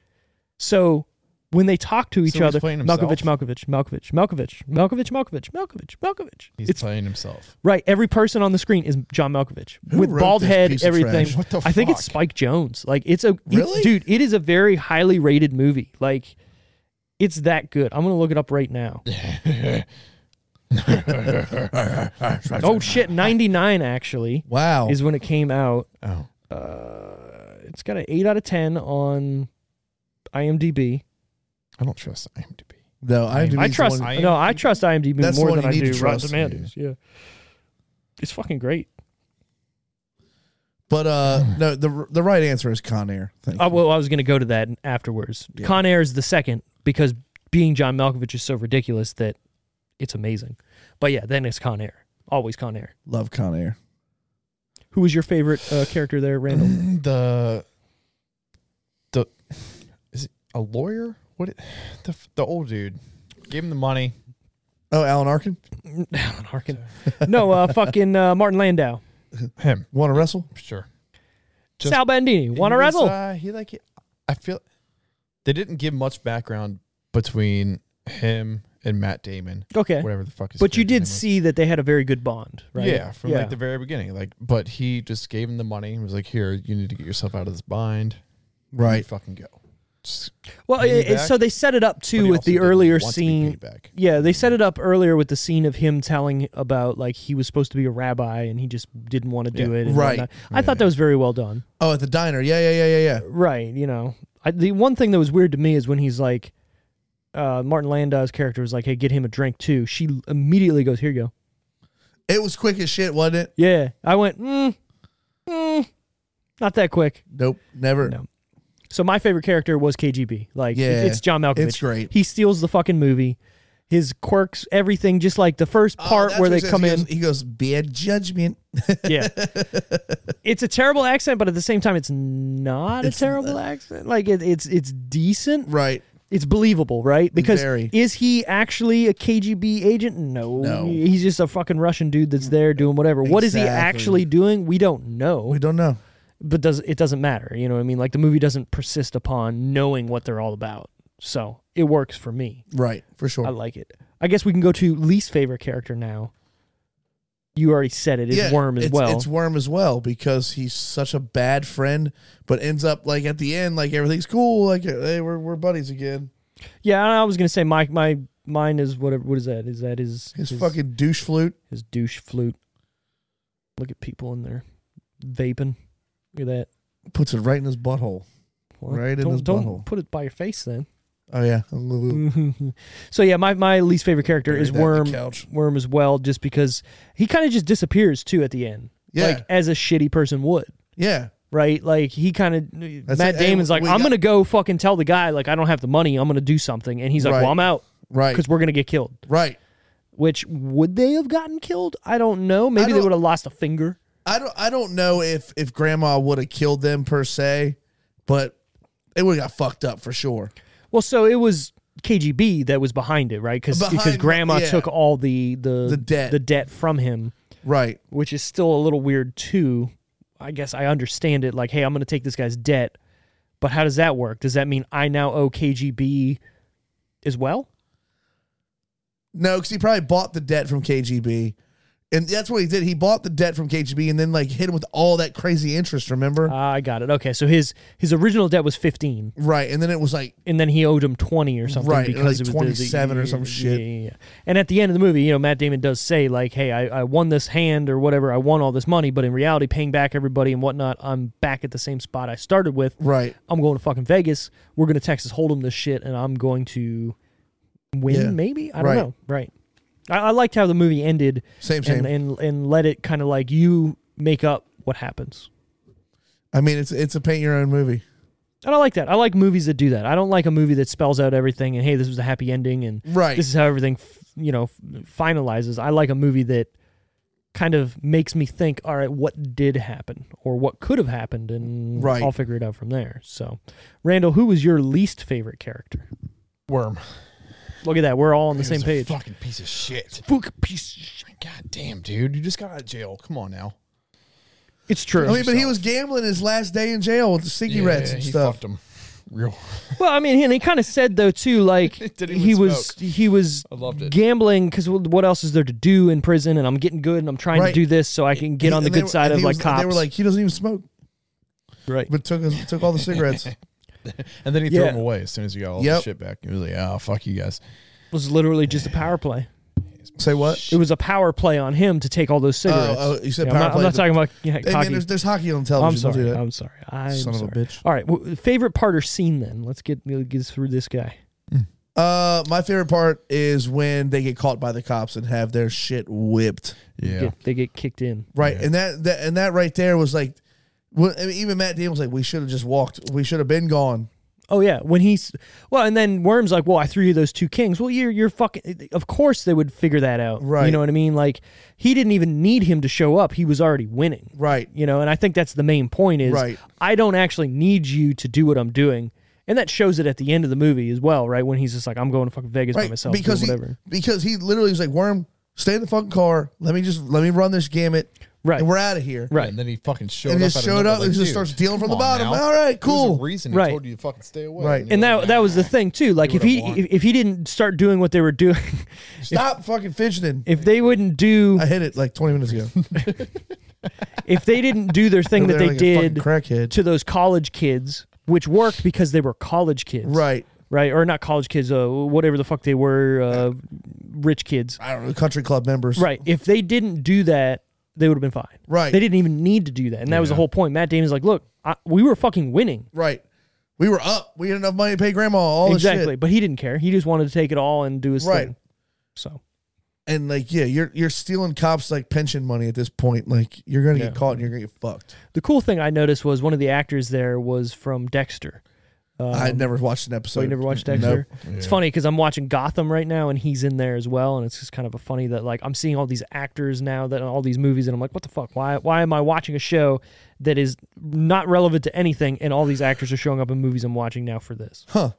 So when they talk to each So he's other, playing Malkovich, himself? Malkovich, Malkovich, Malkovich, Malkovich, Malkovich, Malkovich, Malkovich. He's it's playing himself. right. Every person on the screen is John Malkovich Who with wrote bald this head, piece of everything. trash? What the I think it's fuck? Spike Jones. Like it's a it's- Really? dude. It is a very highly rated movie. Like it's that good. I'm gonna look it up right *laughs* now. oh shit, 99 actually Wow. is when it came out. Oh. Uh, it's got an 8 out of 10 on IMDb. I don't trust IMDb. no, I, I have to be I the trust one- one- no, I trust IMDb That's the more one than I you need do to Rotten trust. Tomatoes. Yeah. It's fucking great. But uh, no, the the right answer is Con Air. Thank Oh, you. well, I was going to go to that afterwards. Yeah. Con Air is the second because being John Malkovich is so ridiculous that it's amazing. But yeah, then it's Con Air. Always Con Air. Love Con Air. Who was your favorite uh, character there, Randall? *laughs* the the is it a lawyer? What it, the the old dude gave him the money. Oh, Alan Arkin, Alan Arkin. No, uh, fucking uh, Martin Landau. Him, want to wrestle? sure. Just- Sal Bandini. Want to He was, wrestle? Uh, he like I feel they didn't give much background between him and Matt Damon. Okay. Whatever the fuck. His But you character's name did was. see that they had a very good bond, right? Yeah, from like the very beginning. Like, but he just gave him the money and was like, "Here, you need to get yourself out of this bind. You Right. fucking go." Just- well, piggyback, it, it- so they set it up but too he with also the didn't earlier want to be scene. piggyback. Yeah, they set it up earlier with the scene of him telling about like he was supposed to be a rabbi and he just didn't want to do Yeah. it. and Right. whatnot. I thought that was very well done. Oh, at the diner. Yeah, yeah, yeah, yeah, yeah. Right. You know, I, the one thing that was weird to me is when he's like, uh, Martin Landau's character was like, "Hey, get him a drink too." She immediately goes, "Here you go." It was quick as shit, wasn't it? Yeah, I went, mm, mm, not that quick. Nope, never. No. So my favorite character was KGB. Like it- Yeah. it's John Malkovich. It's great. He steals the fucking movie. His quirks, everything, just like the first Oh, part that's where what they he says. come He in. goes- he goes bad judgment. *laughs* yeah. It's a terrible accent, but at the same time it's not It's a terrible accent. Like it, it's it's decent, Right. It's believable, right? Because Very. is he actually a KGB agent? No. No. He's just a fucking Russian dude that's there doing whatever. What is he Exactly. actually doing? We don't know. We don't know. But does it doesn't matter. You know what I mean? Like the movie doesn't persist upon knowing what they're all about. So it works for me. Right, for sure. I like it. I guess we can go to least favorite character now. You already said it is Worm as it's, well. It's Worm as well because he's such a bad friend, but ends up like at the end, like everything's cool. Like hey, we're we're buddies again. yeah, I I was gonna say my my mine is whatever. What is that? Is that his His fucking douche flute. his douche flute? Look at people in there vaping. Look at that. puts it right in his butthole. Well, Right in don't, his don't butthole. put it by your face then. Oh yeah, *laughs* so yeah, my, my least favorite character Buried is that in the Worm. couch. Worm as well, just because he kind of just disappears too at the end. Yeah. Like as a shitty person would. yeah. right? Like he kind of Matt it. Hey, Damon's like, we I'm got- gonna go fucking tell the guy like I don't have the money. I'm gonna do something, and he's like, Right. Well, I'm out Right, because we're gonna get killed. right. Which would they have gotten killed? I don't know. Maybe they don't- would have lost a finger. I don't I don't know if if Grandma would have killed them per se, but it would have got fucked up for sure. Well, so it was KGB that was behind it, right? Because because Behind- Grandma yeah. took all the the The debt. the debt from him, Right, which is still a little weird too. I guess I understand it. Like, hey, I'm gonna take this guy's debt, but how does that work? Does that mean I now owe KGB as well? no, because he probably bought the debt from KGB, and that's what he did. He bought the debt from KGB and then like hit him with all that crazy interest. Remember? Ah, I got it. Okay, so his his original debt was fifteen, right, and then it was like and then he owed him twenty or something Right, because like it was the- the- 27 or some yeah, shit. Yeah, yeah. And at the end of the movie, you know, Matt Damon does say like, "Hey, I, I won this hand or whatever. I won all this money, but in reality, paying back everybody and whatnot, I'm back at the same spot I started with. right, I'm going to fucking Vegas. We're going to Texas Hold'em this shit, and I'm going to win. Yeah. Maybe I don't Right. know. Right. I, I liked how the movie ended same same. and, and and let it kind of like you make up what happens. I mean, it's it's a paint your own movie. And I like that. I like movies that do that. I don't like a movie that spells out everything and hey, this was a happy ending and Right. this is how everything f- you know f- finalizes. I like a movie that kind of makes me think, all right, what did happen or what could have happened, and Right. I'll figure it out from there. So, Randall, who was your least favorite character? Worm. Look at that. We're all on the He same was a page. Fucking piece of shit. Fuck piece of shit. God damn, dude. You just got out of jail. Come on now. It's true. I mean, but he was gambling his last day in jail with the sticky rats and he stuff. fucked him. Real. Well, I mean, and he kind of said though too, like Didn't even he was smoke. he was I loved it. gambling because what else is there to do in prison? And I'm getting good, and I'm trying to Right. do this so I can get He- on the and they good were- side and of he like was- cops. They were like, he doesn't even smoke, right. but took his, took all *laughs* the cigarettes. And then he threw Yeah. him away as soon as he got all Yep. the shit back. He was like, oh, fuck you guys. It was literally just a power play. Say what? It was a power play on him to take all those cigarettes. oh, you said Yeah, power I'm not, play, I'm not but- talking about yeah, Hey, man, cocky. there's, there's hockey on I'm television. Don't do sorry. that. I'm sorry. I'm Son of a sorry. bitch. All right. Well, favorite part or scene then? Let's get we'll get through this guy. Uh, my favorite part is when they get caught by the cops and have their shit whipped. Yeah. Get, they get kicked in. Right, and that, that and that right there was like, wh- I mean, even Matt Damon was like, we should have just walked. We should have been gone. Oh yeah, when he's well, and then Worm's like, "Well, I threw you those two kings." Well, you're you're fucking. Of course they would figure that out, You Right. know what I mean? Like he didn't even need him to show up; he was already winning, Right. You know, and I think that's the main point: is Right. I don't actually need you to do what I'm doing, and that shows it at the end of the movie as well, right? When he's just like, "I'm going to fucking Vegas by Right, myself," because or he whatever. because he literally was like, Worm, stay in the fucking car. Let me just let me run this gamut. Right. and we're out of here. Right. And then he fucking showed And up. just out of showed nowhere, up and like, just "Dude, starts dealing from the come on bottom. now." All right, There was cool. a reason Right. he told you to fucking stay away. Right. you and were that like, that was the thing too. Like if he would've won. if, if he didn't start doing what they were *laughs* doing, Stop fucking fidgeting. if they wouldn't do *laughs* I hit it like 20 minutes ago. if they didn't do their thing *laughs* that Over they there like a fucking did Crackhead. to those college kids, which worked because they were college kids, right. Right, or not college kids, uh, whatever the fuck they were, uh, rich kids, I don't know. Country club members. right? If they didn't do that, they would have been fine. Right. They didn't even need to do that, and that was the Yeah. whole point. Matt Damon's like, look, I, we were fucking winning, Right. We were up. We had enough money to pay grandma all exactly, this but he didn't care. He just wanted to take it all and do his Right. thing. So shit. And like, yeah, you're you're stealing cops like pension money at this point. Like, you're gonna get Yeah. caught and you're gonna get fucked. the cool thing I noticed was one of the actors there was from Dexter. Um, I never watched an episode. So you never watched Nope. Dexter? It's Yeah. funny because I'm watching Gotham right now, and he's in there as well, and it's just kind of a funny that like I'm seeing all these actors now that all these movies, and I'm like, what the fuck? Why why am I watching a show that is not relevant to anything, and all these actors are showing up in movies I'm watching now for this? Huh.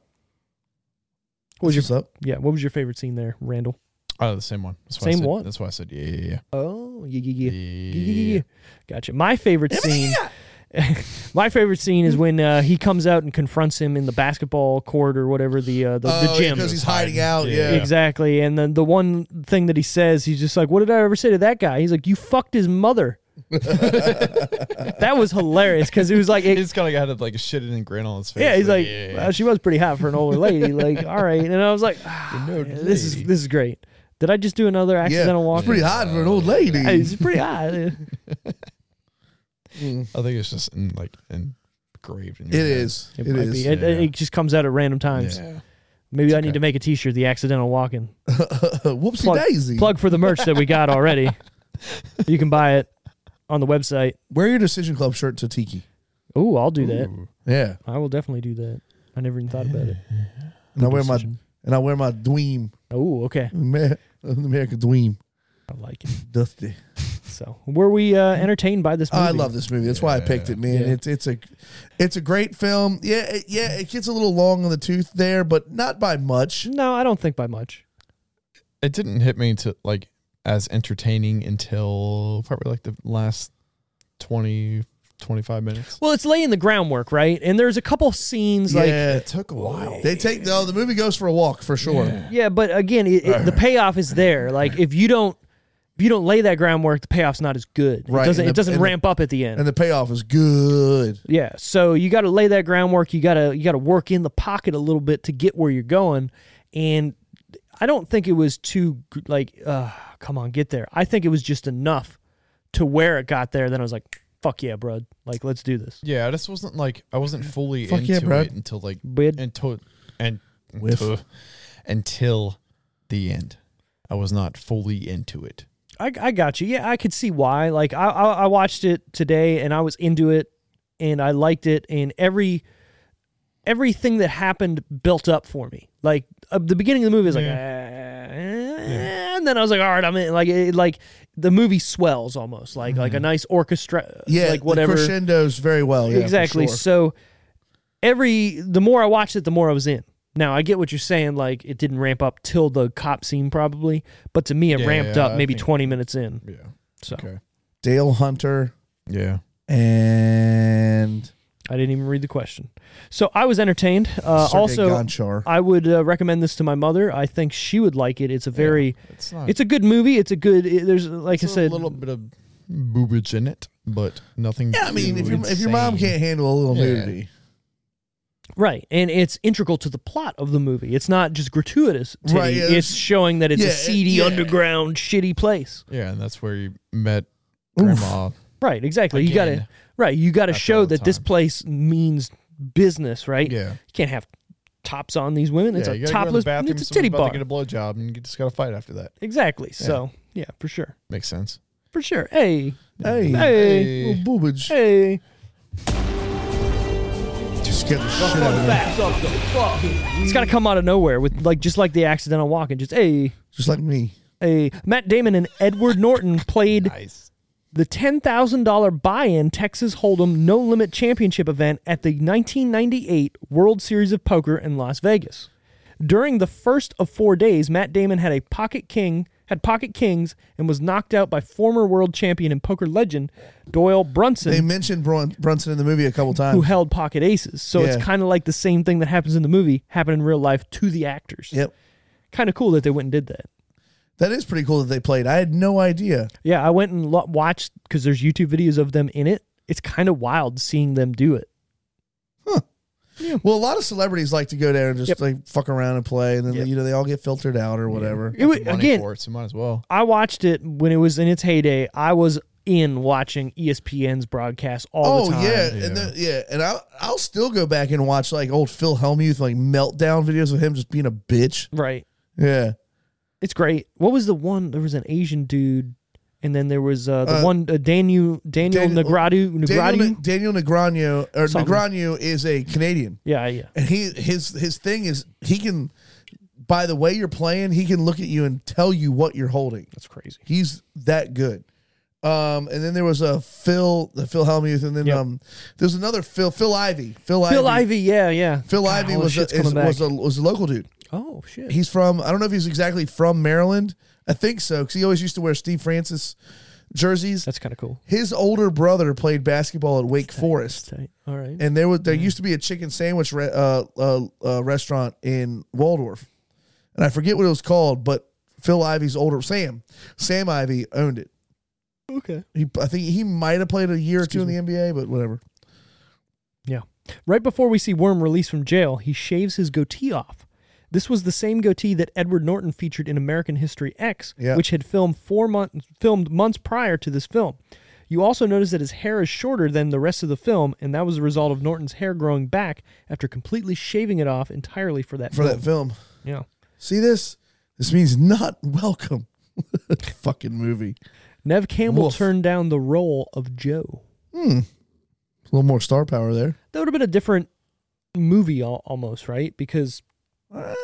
What was your What's up? yeah? What was your favorite scene there, Randall? Oh, the same one. That's why I Same said- one. That's why I said yeah, yeah, Oh yeah yeah yeah. yeah. yeah. Yeah. Gotcha. My favorite scene. *laughs* my favorite scene Mm-hmm. is when uh, he comes out and confronts him in the basketball court or whatever the uh, the, the Oh, gym. because he's hiding out. Yeah. Yeah. Exactly. And then the one thing that he says, he's just like, What did I ever say to that guy? He's like, You fucked his mother. *laughs* that was hilarious because it was like, it- He's kind of had like a shit in grin on his face. Yeah, he's like, yeah, "Wow, she was pretty hot for an older *laughs* lady. Like, all right. And I was like, "Ah, no yeah, This is lady." this is great. Did I just do another accidental walk? It's pretty hot for an old lady. Hey, It's pretty hot. Mm. I think it's just in, like engraved. In It is. It, It might is. be. It, it Yeah. just comes out at random times. Yeah. Maybe I need okay. to make a T-shirt, the accidental walking *laughs* Mm. Whoopsie plug, daisy. plug for the merch that we got *laughs* already. you can buy it on the website. Wear your decision club shirt to Tiki. Ooh, I'll do that. Ooh. Yeah. I will definitely do that. I never even thought about it. And I wear my Decision. and I wear my dweem. *laughs* Oh, okay. Amer- American dweem. I like it. Dusty. So, were we uh, entertained by this movie? Mm. I love this movie. That's why I picked it, man. Yeah. It's it's a it's a great film. Yeah, it, yeah, it gets a little long in the tooth there, but not by much. No, I don't think by much. It didn't hit me to like as entertaining until probably like the last 20, 25 minutes. Well, it's laying the groundwork, right? And there's a couple scenes like yeah. took a while. They take though the movie goes for a walk for sure. yeah, but again, it, it, *laughs* the payoff is there. Like if you don't if you don't lay that groundwork, the payoff's not as good. It Right, and doesn't the- it doesn't and the- ramp up at the end. And the payoff is good. Yeah, so you got to lay that groundwork. You got to you got to work in the pocket a little bit to get where you're going, and I don't think it was too g- like, uh, come on, get there. I think it was just enough to where it got there. Then I was like, fuck yeah, bro, like let's do this. Yeah, I just wasn't like I wasn't fully Fuck into yeah, bro. it until like But until and Whiff. until, until the end. I was not fully into it. I, I got you. Yeah, I could see why. Like I, I I watched it today and I was into it and I liked it and every everything that happened built up for me. Like uh, the beginning of the movie is like, "Ah," and then I was like, all right, I'm in. Like it, like the movie swells almost like like Mm-hmm. a nice orchestra. Yeah, like the whatever. crescendos very well. Yeah, for exactly. sure. So every the more I watched it, the more I was in. Now I get what you're saying. Like it didn't ramp up till the cop scene probably, but to me it Yeah, ramped yeah, up I maybe think- 20 minutes in. Yeah. So. Okay. Dale Hunter Yeah. and I didn't even read the question. So I was entertained. Uh, Sergei also, Gonchar. I would uh, recommend this to my mother. I think she would like it. It's a very, It's not. it's a good movie. It's a good. It, there's like I it's a said, little bit of boobage in it, but nothing. Yeah, I mean, too if your if your mom insane. can't handle a little Yeah. nudity, right, and it's integral to the plot of the movie. It's not just gratuitous. Titty. Right, yeah, it's there's- showing that it's Yeah, a seedy, yeah. underground, shitty place. Yeah, and that's where you met grandma. Right. Exactly. You got Again. to. Right. You got to After show all the that this time. place means business. Right. Yeah. You can't have tops on these women. It's yeah, a you gotta go to topless. the bathroom, It's a titty someone's about bar. to get a blowjob, and you just got to fight after that. exactly. So yeah, for sure. Makes sense. For sure. Hey. hey, Hey. little boobage, Hey. just get the shit out of her. It's got to come out of nowhere with like just like the accidental walk and just a just like me. a Matt Damon and Edward Norton played Nice. the ten thousand dollar buy-in Texas Hold'em No Limit Championship event at the 1998 World Series of Poker in Las Vegas. During the first of four days, Matt Damon had a pocket king had pocket kings and was knocked out by former world champion and poker legend Doyle Brunson. They mentioned Brun- Brunson in the movie a couple times. who held pocket aces. So it's Yeah. kind of like the same thing that happens in the movie happened in real life to the actors. Yep. Kind of cool that they went and did that. That is pretty cool that they played. I had no idea. Yeah, I went and lo- watched because there's YouTube videos of them in it. It's kind of wild seeing them do it. Well, a lot of celebrities like to go down and just Yep. like fuck around and play, and then Yep. you know they all get filtered out or whatever. It wa- Money again, for it, so might as well. I watched it when it was in its heyday. I was in watching E ESPN's broadcast all Oh the time. yeah, and the, yeah, and I'll I'll still go back and watch like old Phil Hellmuth like meltdown videos of him just being a bitch. Right. Yeah, It's great. What was the one? There was an Asian dude, and then there was uh, the Uh, one uh, Daniel Daniel Daniel- Negradu Daniel, Negradu. Daniel Negreanu or Something. Negreanu is a Canadian, Yeah, yeah. and he his his thing is he can by the way you're playing he can look at you and tell you what you're holding. That's crazy. He's that good. Um, and then there was a Phil, the Phil Hellmuth, and then Yep. um, there's another Phil, Phil Ivy, Phil, Phil Ivy, Ivy, yeah, yeah. Phil God, Ivy all this was a, shit's is, coming back. was a was a local dude. oh shit. He's from I don't know if he's exactly from Maryland. I think so because he always used to wear Steve Francis jerseys. That's kind of cool. His older brother played basketball at Wake Forest, Tight. All right. and there was there used to be a chicken sandwich re- uh, uh, uh, restaurant in Waldorf, and I forget what it was called, but Phil Ivey's older Sam Sam Ivy owned it. okay. He, I think he might have played a year or two in the NBA, but whatever. Yeah. Right before we see Worm released from jail, he shaves his goatee off. This was the same goatee that Edward Norton featured in American History X, Yeah. which had filmed four month, filmed months prior to this film. You also notice that his hair is shorter than the rest of the film, and that was a result of Norton's hair growing back after completely shaving it off entirely for that. For film. that film, yeah. see this? This means not *laughs* welcome. Fucking movie. Nev Campbell Woof. turned down the role of Joe. A little more star power there. That would have been a different movie al- almost, right? Because Uh,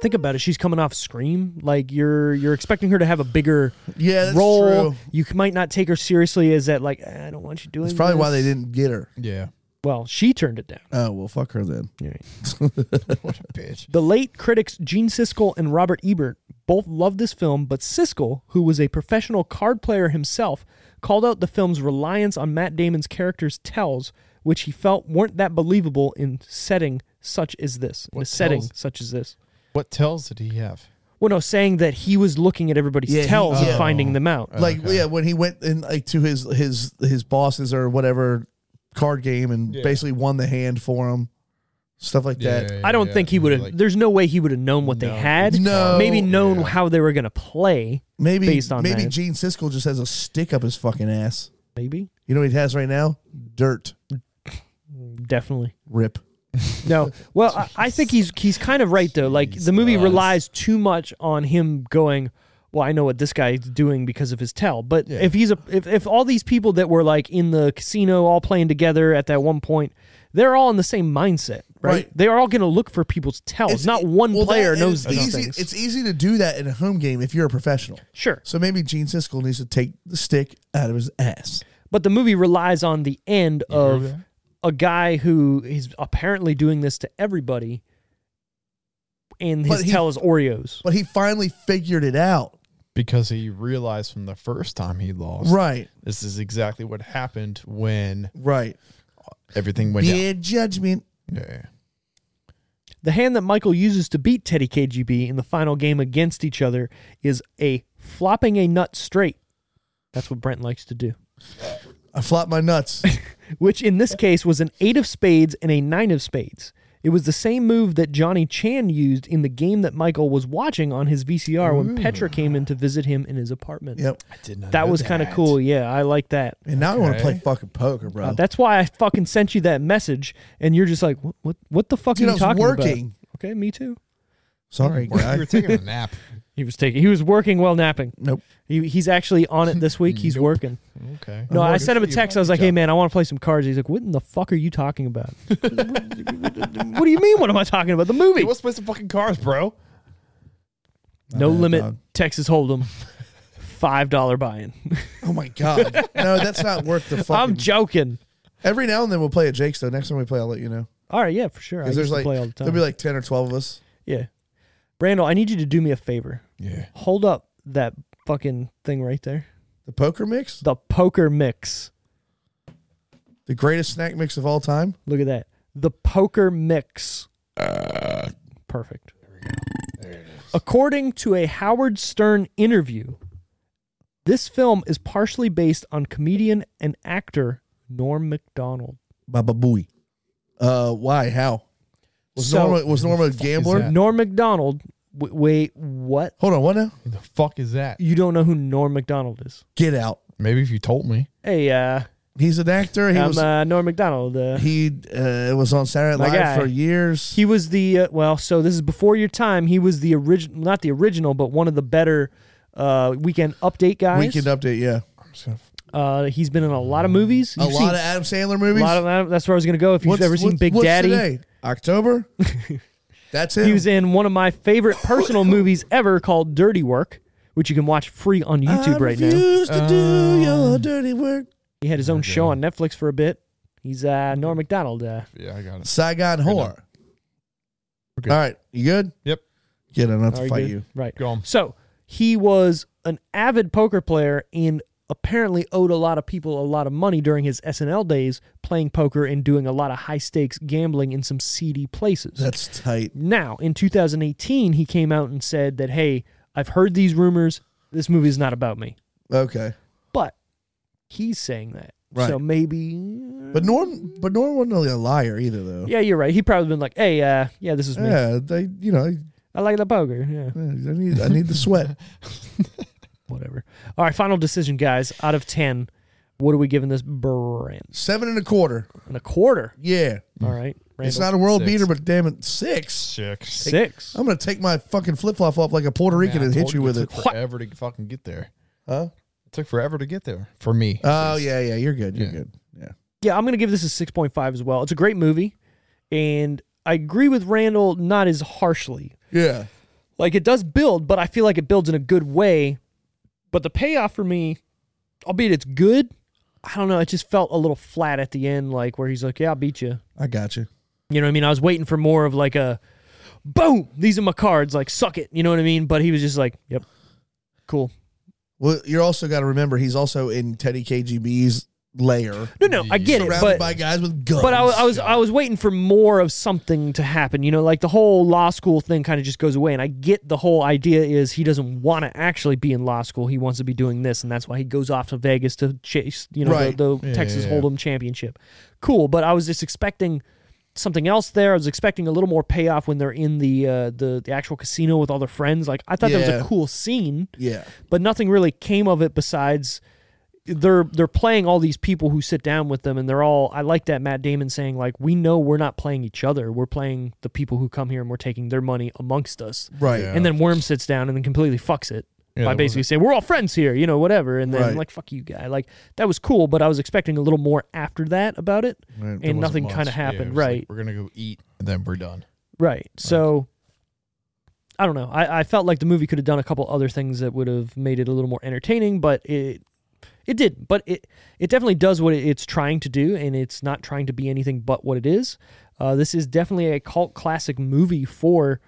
think about it, she's coming off Scream. Like you're you're expecting her to have a bigger Yeah, that's role. true. You c- might not take her seriously as that like "Eh, I don't want you doing. That's probably why this." they didn't get her. Yeah. Well, she turned it down. Oh well, fuck her then. Bitch. The late critics Gene Siskel and Robert Ebert both loved this film, but Siskel, who was a professional card player himself, called out the film's reliance on Matt Damon's character's tells, which he felt weren't that believable in setting such as this. In a What setting tells? such as this. What tells did he have? Well, no, saying that he was looking at everybody's Yeah, he- tells and oh. yeah. finding them out. Like yeah, when he went in like to his his his bosses or whatever card game and basically won the hand for him, stuff like that. I don't think he would have. there's no way he would have known what they No. had. No. maybe known Yeah. how they were gonna play. Maybe Based on maybe that. Gene Siskel just has a stick up his fucking ass. Maybe, You know what he has right now? Dirt. definitely. Rip. No. Well, I, I think he's he's kind of right though. Like the movie relies too much on him going. Well, I know what this guy's doing because of his tell. But if he's a if, if all these people that were like in the casino all playing together at that one point, they're all in the same mindset, right? Right. They are all going to look for people's tells. Not one e-, well, that- player and knows it's these easy, things. It's easy to do that in a home game if you're a professional. sure. So maybe Gene Siskel needs to take the stick out of his ass. but the movie relies on the end of a guy who is apparently doing this to everybody and his But he- tell is Oreos. But he finally figured it out. because he realized from the first time he lost. Right. This is exactly what happened when Right. everything went down. Bad judgment. Yeah. The hand that Michael uses to beat Teddy KGB in the final game against each other is a flopping a nut straight. That's what Brent likes to do. I flop my nuts. *laughs* Which in this case was an eight of spades and a nine of spades. It was the same move that Johnny Chan used in the game that Michael was watching on his VCR when Petra came in to visit him in his apartment. yep. Did not That know was kind of that. cool. Yeah, I like that. And now I want to Okay. play fucking poker, bro. Uh, that's why I fucking sent you that message, and you're just like, what? What, what the fuck Dude, are I you was talking working. about? Okay, me too. Sorry, You guy. were taking a nap. He was taking. He was working while napping. Nope. He, he's actually on it this week. *laughs* He's working. Okay. No, I working. sent him a Good for you. text. I was like, Good "Hey job. man, I want to play some cards." He's like, "What in the fuck are you talking about?" *laughs* what do you mean? What am I talking about? The movie. Hey, let's play some fucking cars, bro. no bad, limit. dog. Texas Hold'em. Five dollar buy-in. *laughs* Oh my god. No, that's not worth the fucking. I'm joking. Every now and then we'll play at Jake's though. Next time we play, I'll let you know. All right, yeah, for sure. I Because used there's to like play all the time. there'll be like ten or twelve of us. yeah, Randall, I need you to do me a favor. Yeah. Hold up that fucking thing right there. The poker mix, The poker mix. the greatest snack mix of all time. Look at that. The poker mix. Uh, Perfect. According to a Howard Stern interview, this film is partially based on comedian and actor Norm MacDonald. Baba Booey. Uh, why? How? Was So- Norma was Norma a gambler? that? Norm MacDonald. W- wait, what? Hold on, what now? Who the fuck is that? You don't know who Norm MacDonald is? Get out. Maybe if you told me. Hey, uh, He's an actor. He I'm was uh, Norm MacDonald. Uh, he uh, was on Saturday My Night Live guy. for years. He was the uh, well, so this is before your time. He was the original, not the original, but one of the better uh, weekend update guys. Weekend Update, yeah. uh, he's been in a lot of movies. A You've seen lot of Adam Sandler movies. a lot of that. That's where I was gonna go. If you've What's- ever seen what's- Big what's Daddy, today? *laughs* October. That's it. he was in one of my favorite *laughs* personal movies ever called Dirty Work, which you can watch free on YouTube right now. Uh, now. to do your dirty work. He had his own show on Netflix for a bit. He's uh, Norm Macdonald. Uh, Yeah, I got it. Saigon whore. We're good. All right, you good? Yep. Good enough Are to fight good? you. Right. Go on. So he was an avid poker player and apparently owed a lot of people a lot of money during his SNL days playing poker and doing a lot of high stakes gambling in some seedy places. That's tight. now, in 2018, he came out and said that, hey, I've heard these rumors. This movie is not about me. Okay. But he's saying that. Right. So maybe. But Norm, but Norm wasn't really a liar either, though. Yeah, you're right. He probably been like, hey, uh, yeah, this is me. Yeah, they, you know, I I like the poker. Yeah. need, I need *laughs* the sweat. Whatever. All right, final decision, guys. Out of 10, what are we giving this brand? Seven and a quarter. and a quarter. Yeah, All right, Mm. it's Randall. not a world Six. beater, but damn it, six. Six. six. I'm gonna take my fucking flip flop off like a Puerto Rican and hit you with it. took forever to fucking get there. Huh? It took forever to get there for me. Oh yeah, yeah. You're good. You're Yeah. good. Yeah. Yeah, I'm gonna give this a six point five as well. It's a great movie, and I agree with Randall not as harshly. Yeah. Like it does build, but I feel like it builds in a good way. But the payoff for me, albeit it's good, I don't know. It just felt a little flat at the end, like where he's like, "Yeah, I beat you." I got you. You know what I mean? I was waiting for more of like a, boom. These are my cards. Like suck it. You know what I mean? But he was just like, "Yep, cool." Well, you're also got to remember he's also in Teddy KGB's lair, No, no, I get it. surrounded But by guys with guns. But I, was- I was I was waiting for more of something to happen. You know, like the whole law school thing kind of just goes away. And I get the whole idea is he doesn't want to actually be in law school. He wants to be doing this, and that's why he goes off to Vegas to chase you know Right. the, the Yeah, Texas yeah, yeah. Hold'em championship. Cool, but I was just expecting something else there. I was expecting a little more payoff when they're in the uh, the, the actual casino with all their friends. Like I thought that was Yeah. a cool scene yeah. but nothing really came of it besides they're they're playing all these people who sit down with them and they're all I like that Matt Damon saying like we know we're not playing each other we're playing the people who come here and we're taking their money amongst us Right. Yeah. and then Worm sits down and then completely fucks it Yeah, by that basically saying we're all friends here you know whatever and then Right. like fuck you guy like that was cool but I was expecting a little more after that about it Right, There and wasn't nothing much. kind of Yeah, it happened was like, right we're gonna go eat and then we're done. Right. So I don't know. I, I felt like the movie could have done a couple other things that would have made it a little more entertaining, but it it did. But it it definitely does what it- it's trying to do, and it's not trying to be anything but what it is. Uh, this is definitely a cult classic movie for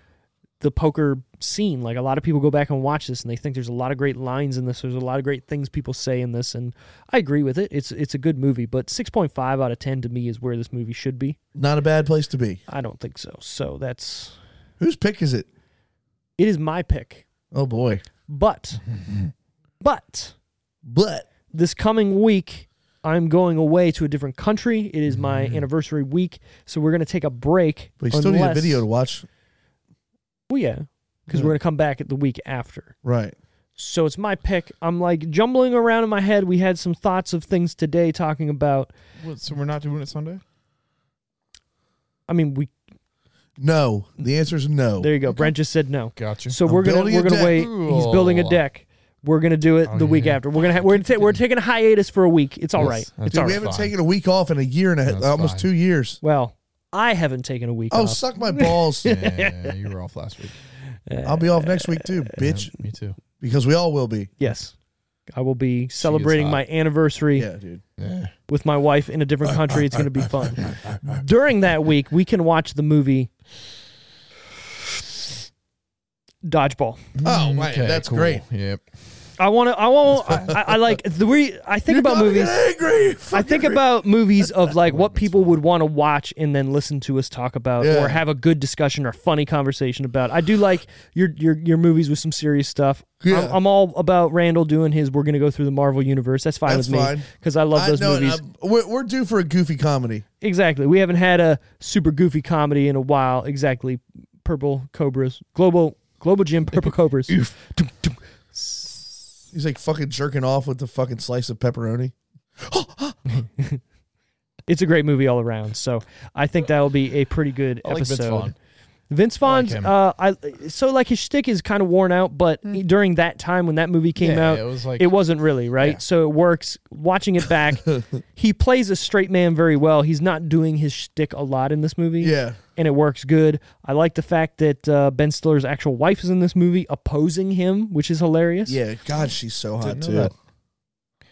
the poker scene. Like a lot of people go back and watch this, and they think there's a lot of great lines in this. There's a lot of great things people say in this, and I agree with it. It's it's a good movie, but 6.5 out of 10 to me is where this movie should be. Not a bad place to be. I don't think so. So that's Whose pick is it? it is my pick. Oh boy. *laughs* But, but But this coming week, I'm going away to a different country. It is my anniversary week, so we're going to take a break. we Mm-hmm. still need a unless- video to watch. Well, yeah, because we're going to come back at the week after. Right. So it's my pick. I'm like jumbling around in my head. We had some thoughts of things today talking about. What, so we're not doing it Sunday. I mean, we No. The answer is no. there you go. Brent just said no. Gotcha. So I'm we're gonna building a we're gonna deck. wait. He's building a Cool. deck. We're gonna do it Oh, the week yeah. after. We're gonna ha- we're gonna ta- we're taking a hiatus for a week. It's all Yes, right. that's It's Dude, all we right. haven't fine. taken a week off in a year and a half, That's almost fine. two years. Well, I haven't taken a week. Oh, off. suck my *laughs* balls. yeah, you were off last week. I'll be off next week too, bitch. Yeah, me too. Because we all will be. Yes. I will be celebrating hot. my anniversary Yeah, dude. Yeah. with my wife in a different country. It's going to be fun. *laughs* During that week, we can watch the movie Dodgeball. Oh, man, Mm, Okay, that's cool. great. Yep. I want to. I want. I, I, I like the. Re, I think about movies. Angry. I think about movies of like what people would want to watch and then listen to us talk about Yeah. or have a good discussion or funny conversation about. I do like your your your movies with some serious stuff. Yeah. I'm, I'm all about Randall doing his. We're gonna go through the Marvel universe. That's fine That's with fine. me because I love I those know, movies. I'm- we're, we're due for a goofy comedy. exactly. We haven't had a super goofy comedy in a while. Exactly. Purple Cobras. Global Global Gym Purple *laughs* Cobras. Dum, dum. He's like fucking jerking off with the fucking slice of pepperoni. It's a great movie all around. So I think that'll be a pretty good I like Vince episode. Vaughn. Vince Vaughn's, him. uh, I so like his shtick is kind of worn out, but during that time when that movie came Yeah, out, it was like- it wasn't really right. Yeah. So it works. Watching it *laughs* back, he plays a straight man very well. He's not doing his shtick a lot in this movie, Yeah. and it works good. I like the fact that uh, Ben Stiller's actual wife is in this movie, opposing him, which is hilarious. Yeah. God, she's so hot Didn't know too.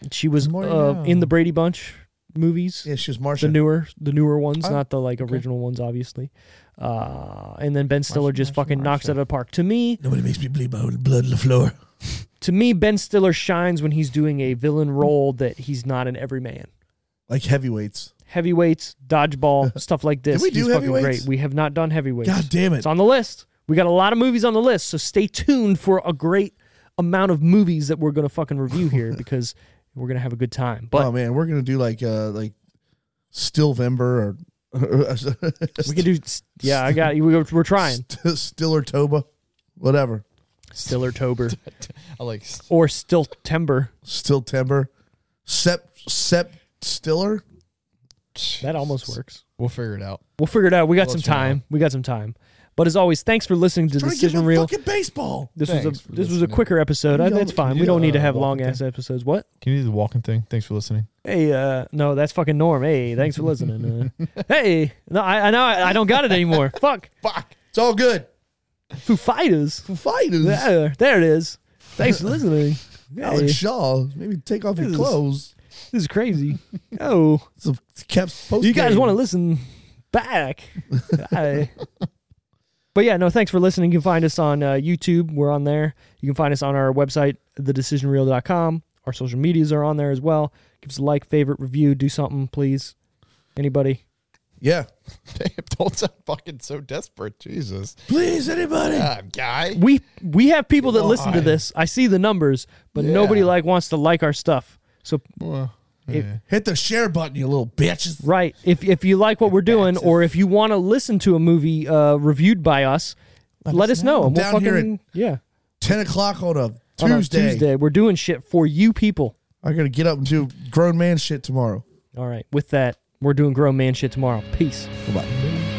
that. she was The more you uh, know. in the Brady Bunch. movies. Yeah, she was the Martian. newer the newer ones, Oh, not the like okay. original ones, obviously. Uh, and then Ben Stiller Martian, just Martian, fucking knocks it out Martian. of the park. To me, Nobody makes me bleed my own blood on the floor. to me, Ben Stiller shines when he's doing a villain role that he's not an everyman. Like heavyweights. Heavyweights, dodgeball, stuff like this. we do he's fucking heavyweights? great. We have not done heavyweights. God damn it. It's on the list. We got a lot of movies on the list, so stay tuned for a great amount of movies that we're gonna fucking review here because we're gonna have a good time. But oh man, we're gonna do like uh like *laughs* Stillvember or we can do. Yeah, I got. We're, we're trying. St- Stiller Toba, whatever. Stiller Tober I like s- or Still Timber. Still Timber, Sep Sep Stiller. That almost works. We'll figure it out. We'll figure it out. We got some We'll let you know. time. We got some time. But as always, thanks for listening to Trying to give Decision him Reel. fucking baseball. This Thanks was a for this was a listening. quicker episode. I, You know, that's fine. you We don't know, need to uh, have long walking ass episodes. What? Can you do the walking thing? Thanks for listening. Hey, uh, no, that's fucking Norm. Hey, thanks for listening. *laughs* Uh, hey, no, I, I know I, I don't got it anymore. Fuck, Fuck, it's all good. Foo Fighters. Fighters. There, there it is. Thanks for *laughs* listening. Hey, Alex this Shaw, maybe take off your This is- clothes. is *laughs* crazy. Oh. It's a kept post. you guys want to listen back. I- but yeah, no, thanks for listening. You can find us on uh, YouTube. We're on there. You can find us on our website, thedecisionreel.com. Our social medias are on there as well. Give us a like, favorite, review, do something, please. Anybody? Yeah, *laughs* Damn, don't sound fucking so desperate. Jesus. please, anybody. God, guy. We we have people that listen to Why? this. I see the numbers, but Yeah. nobody like wants to like our stuff. So Well, It- yeah. Hit the share button, you little bitches. right, if if you like what we're doing, or if you want to listen to a movie uh, reviewed by us, let, us know. and Down here at yeah. Ten o'clock on a on a Tuesday. Tuesday. We're doing shit for you people. I gotta get up and do grown man shit tomorrow. All right. With that, we're doing grown man shit tomorrow. Peace. Goodbye.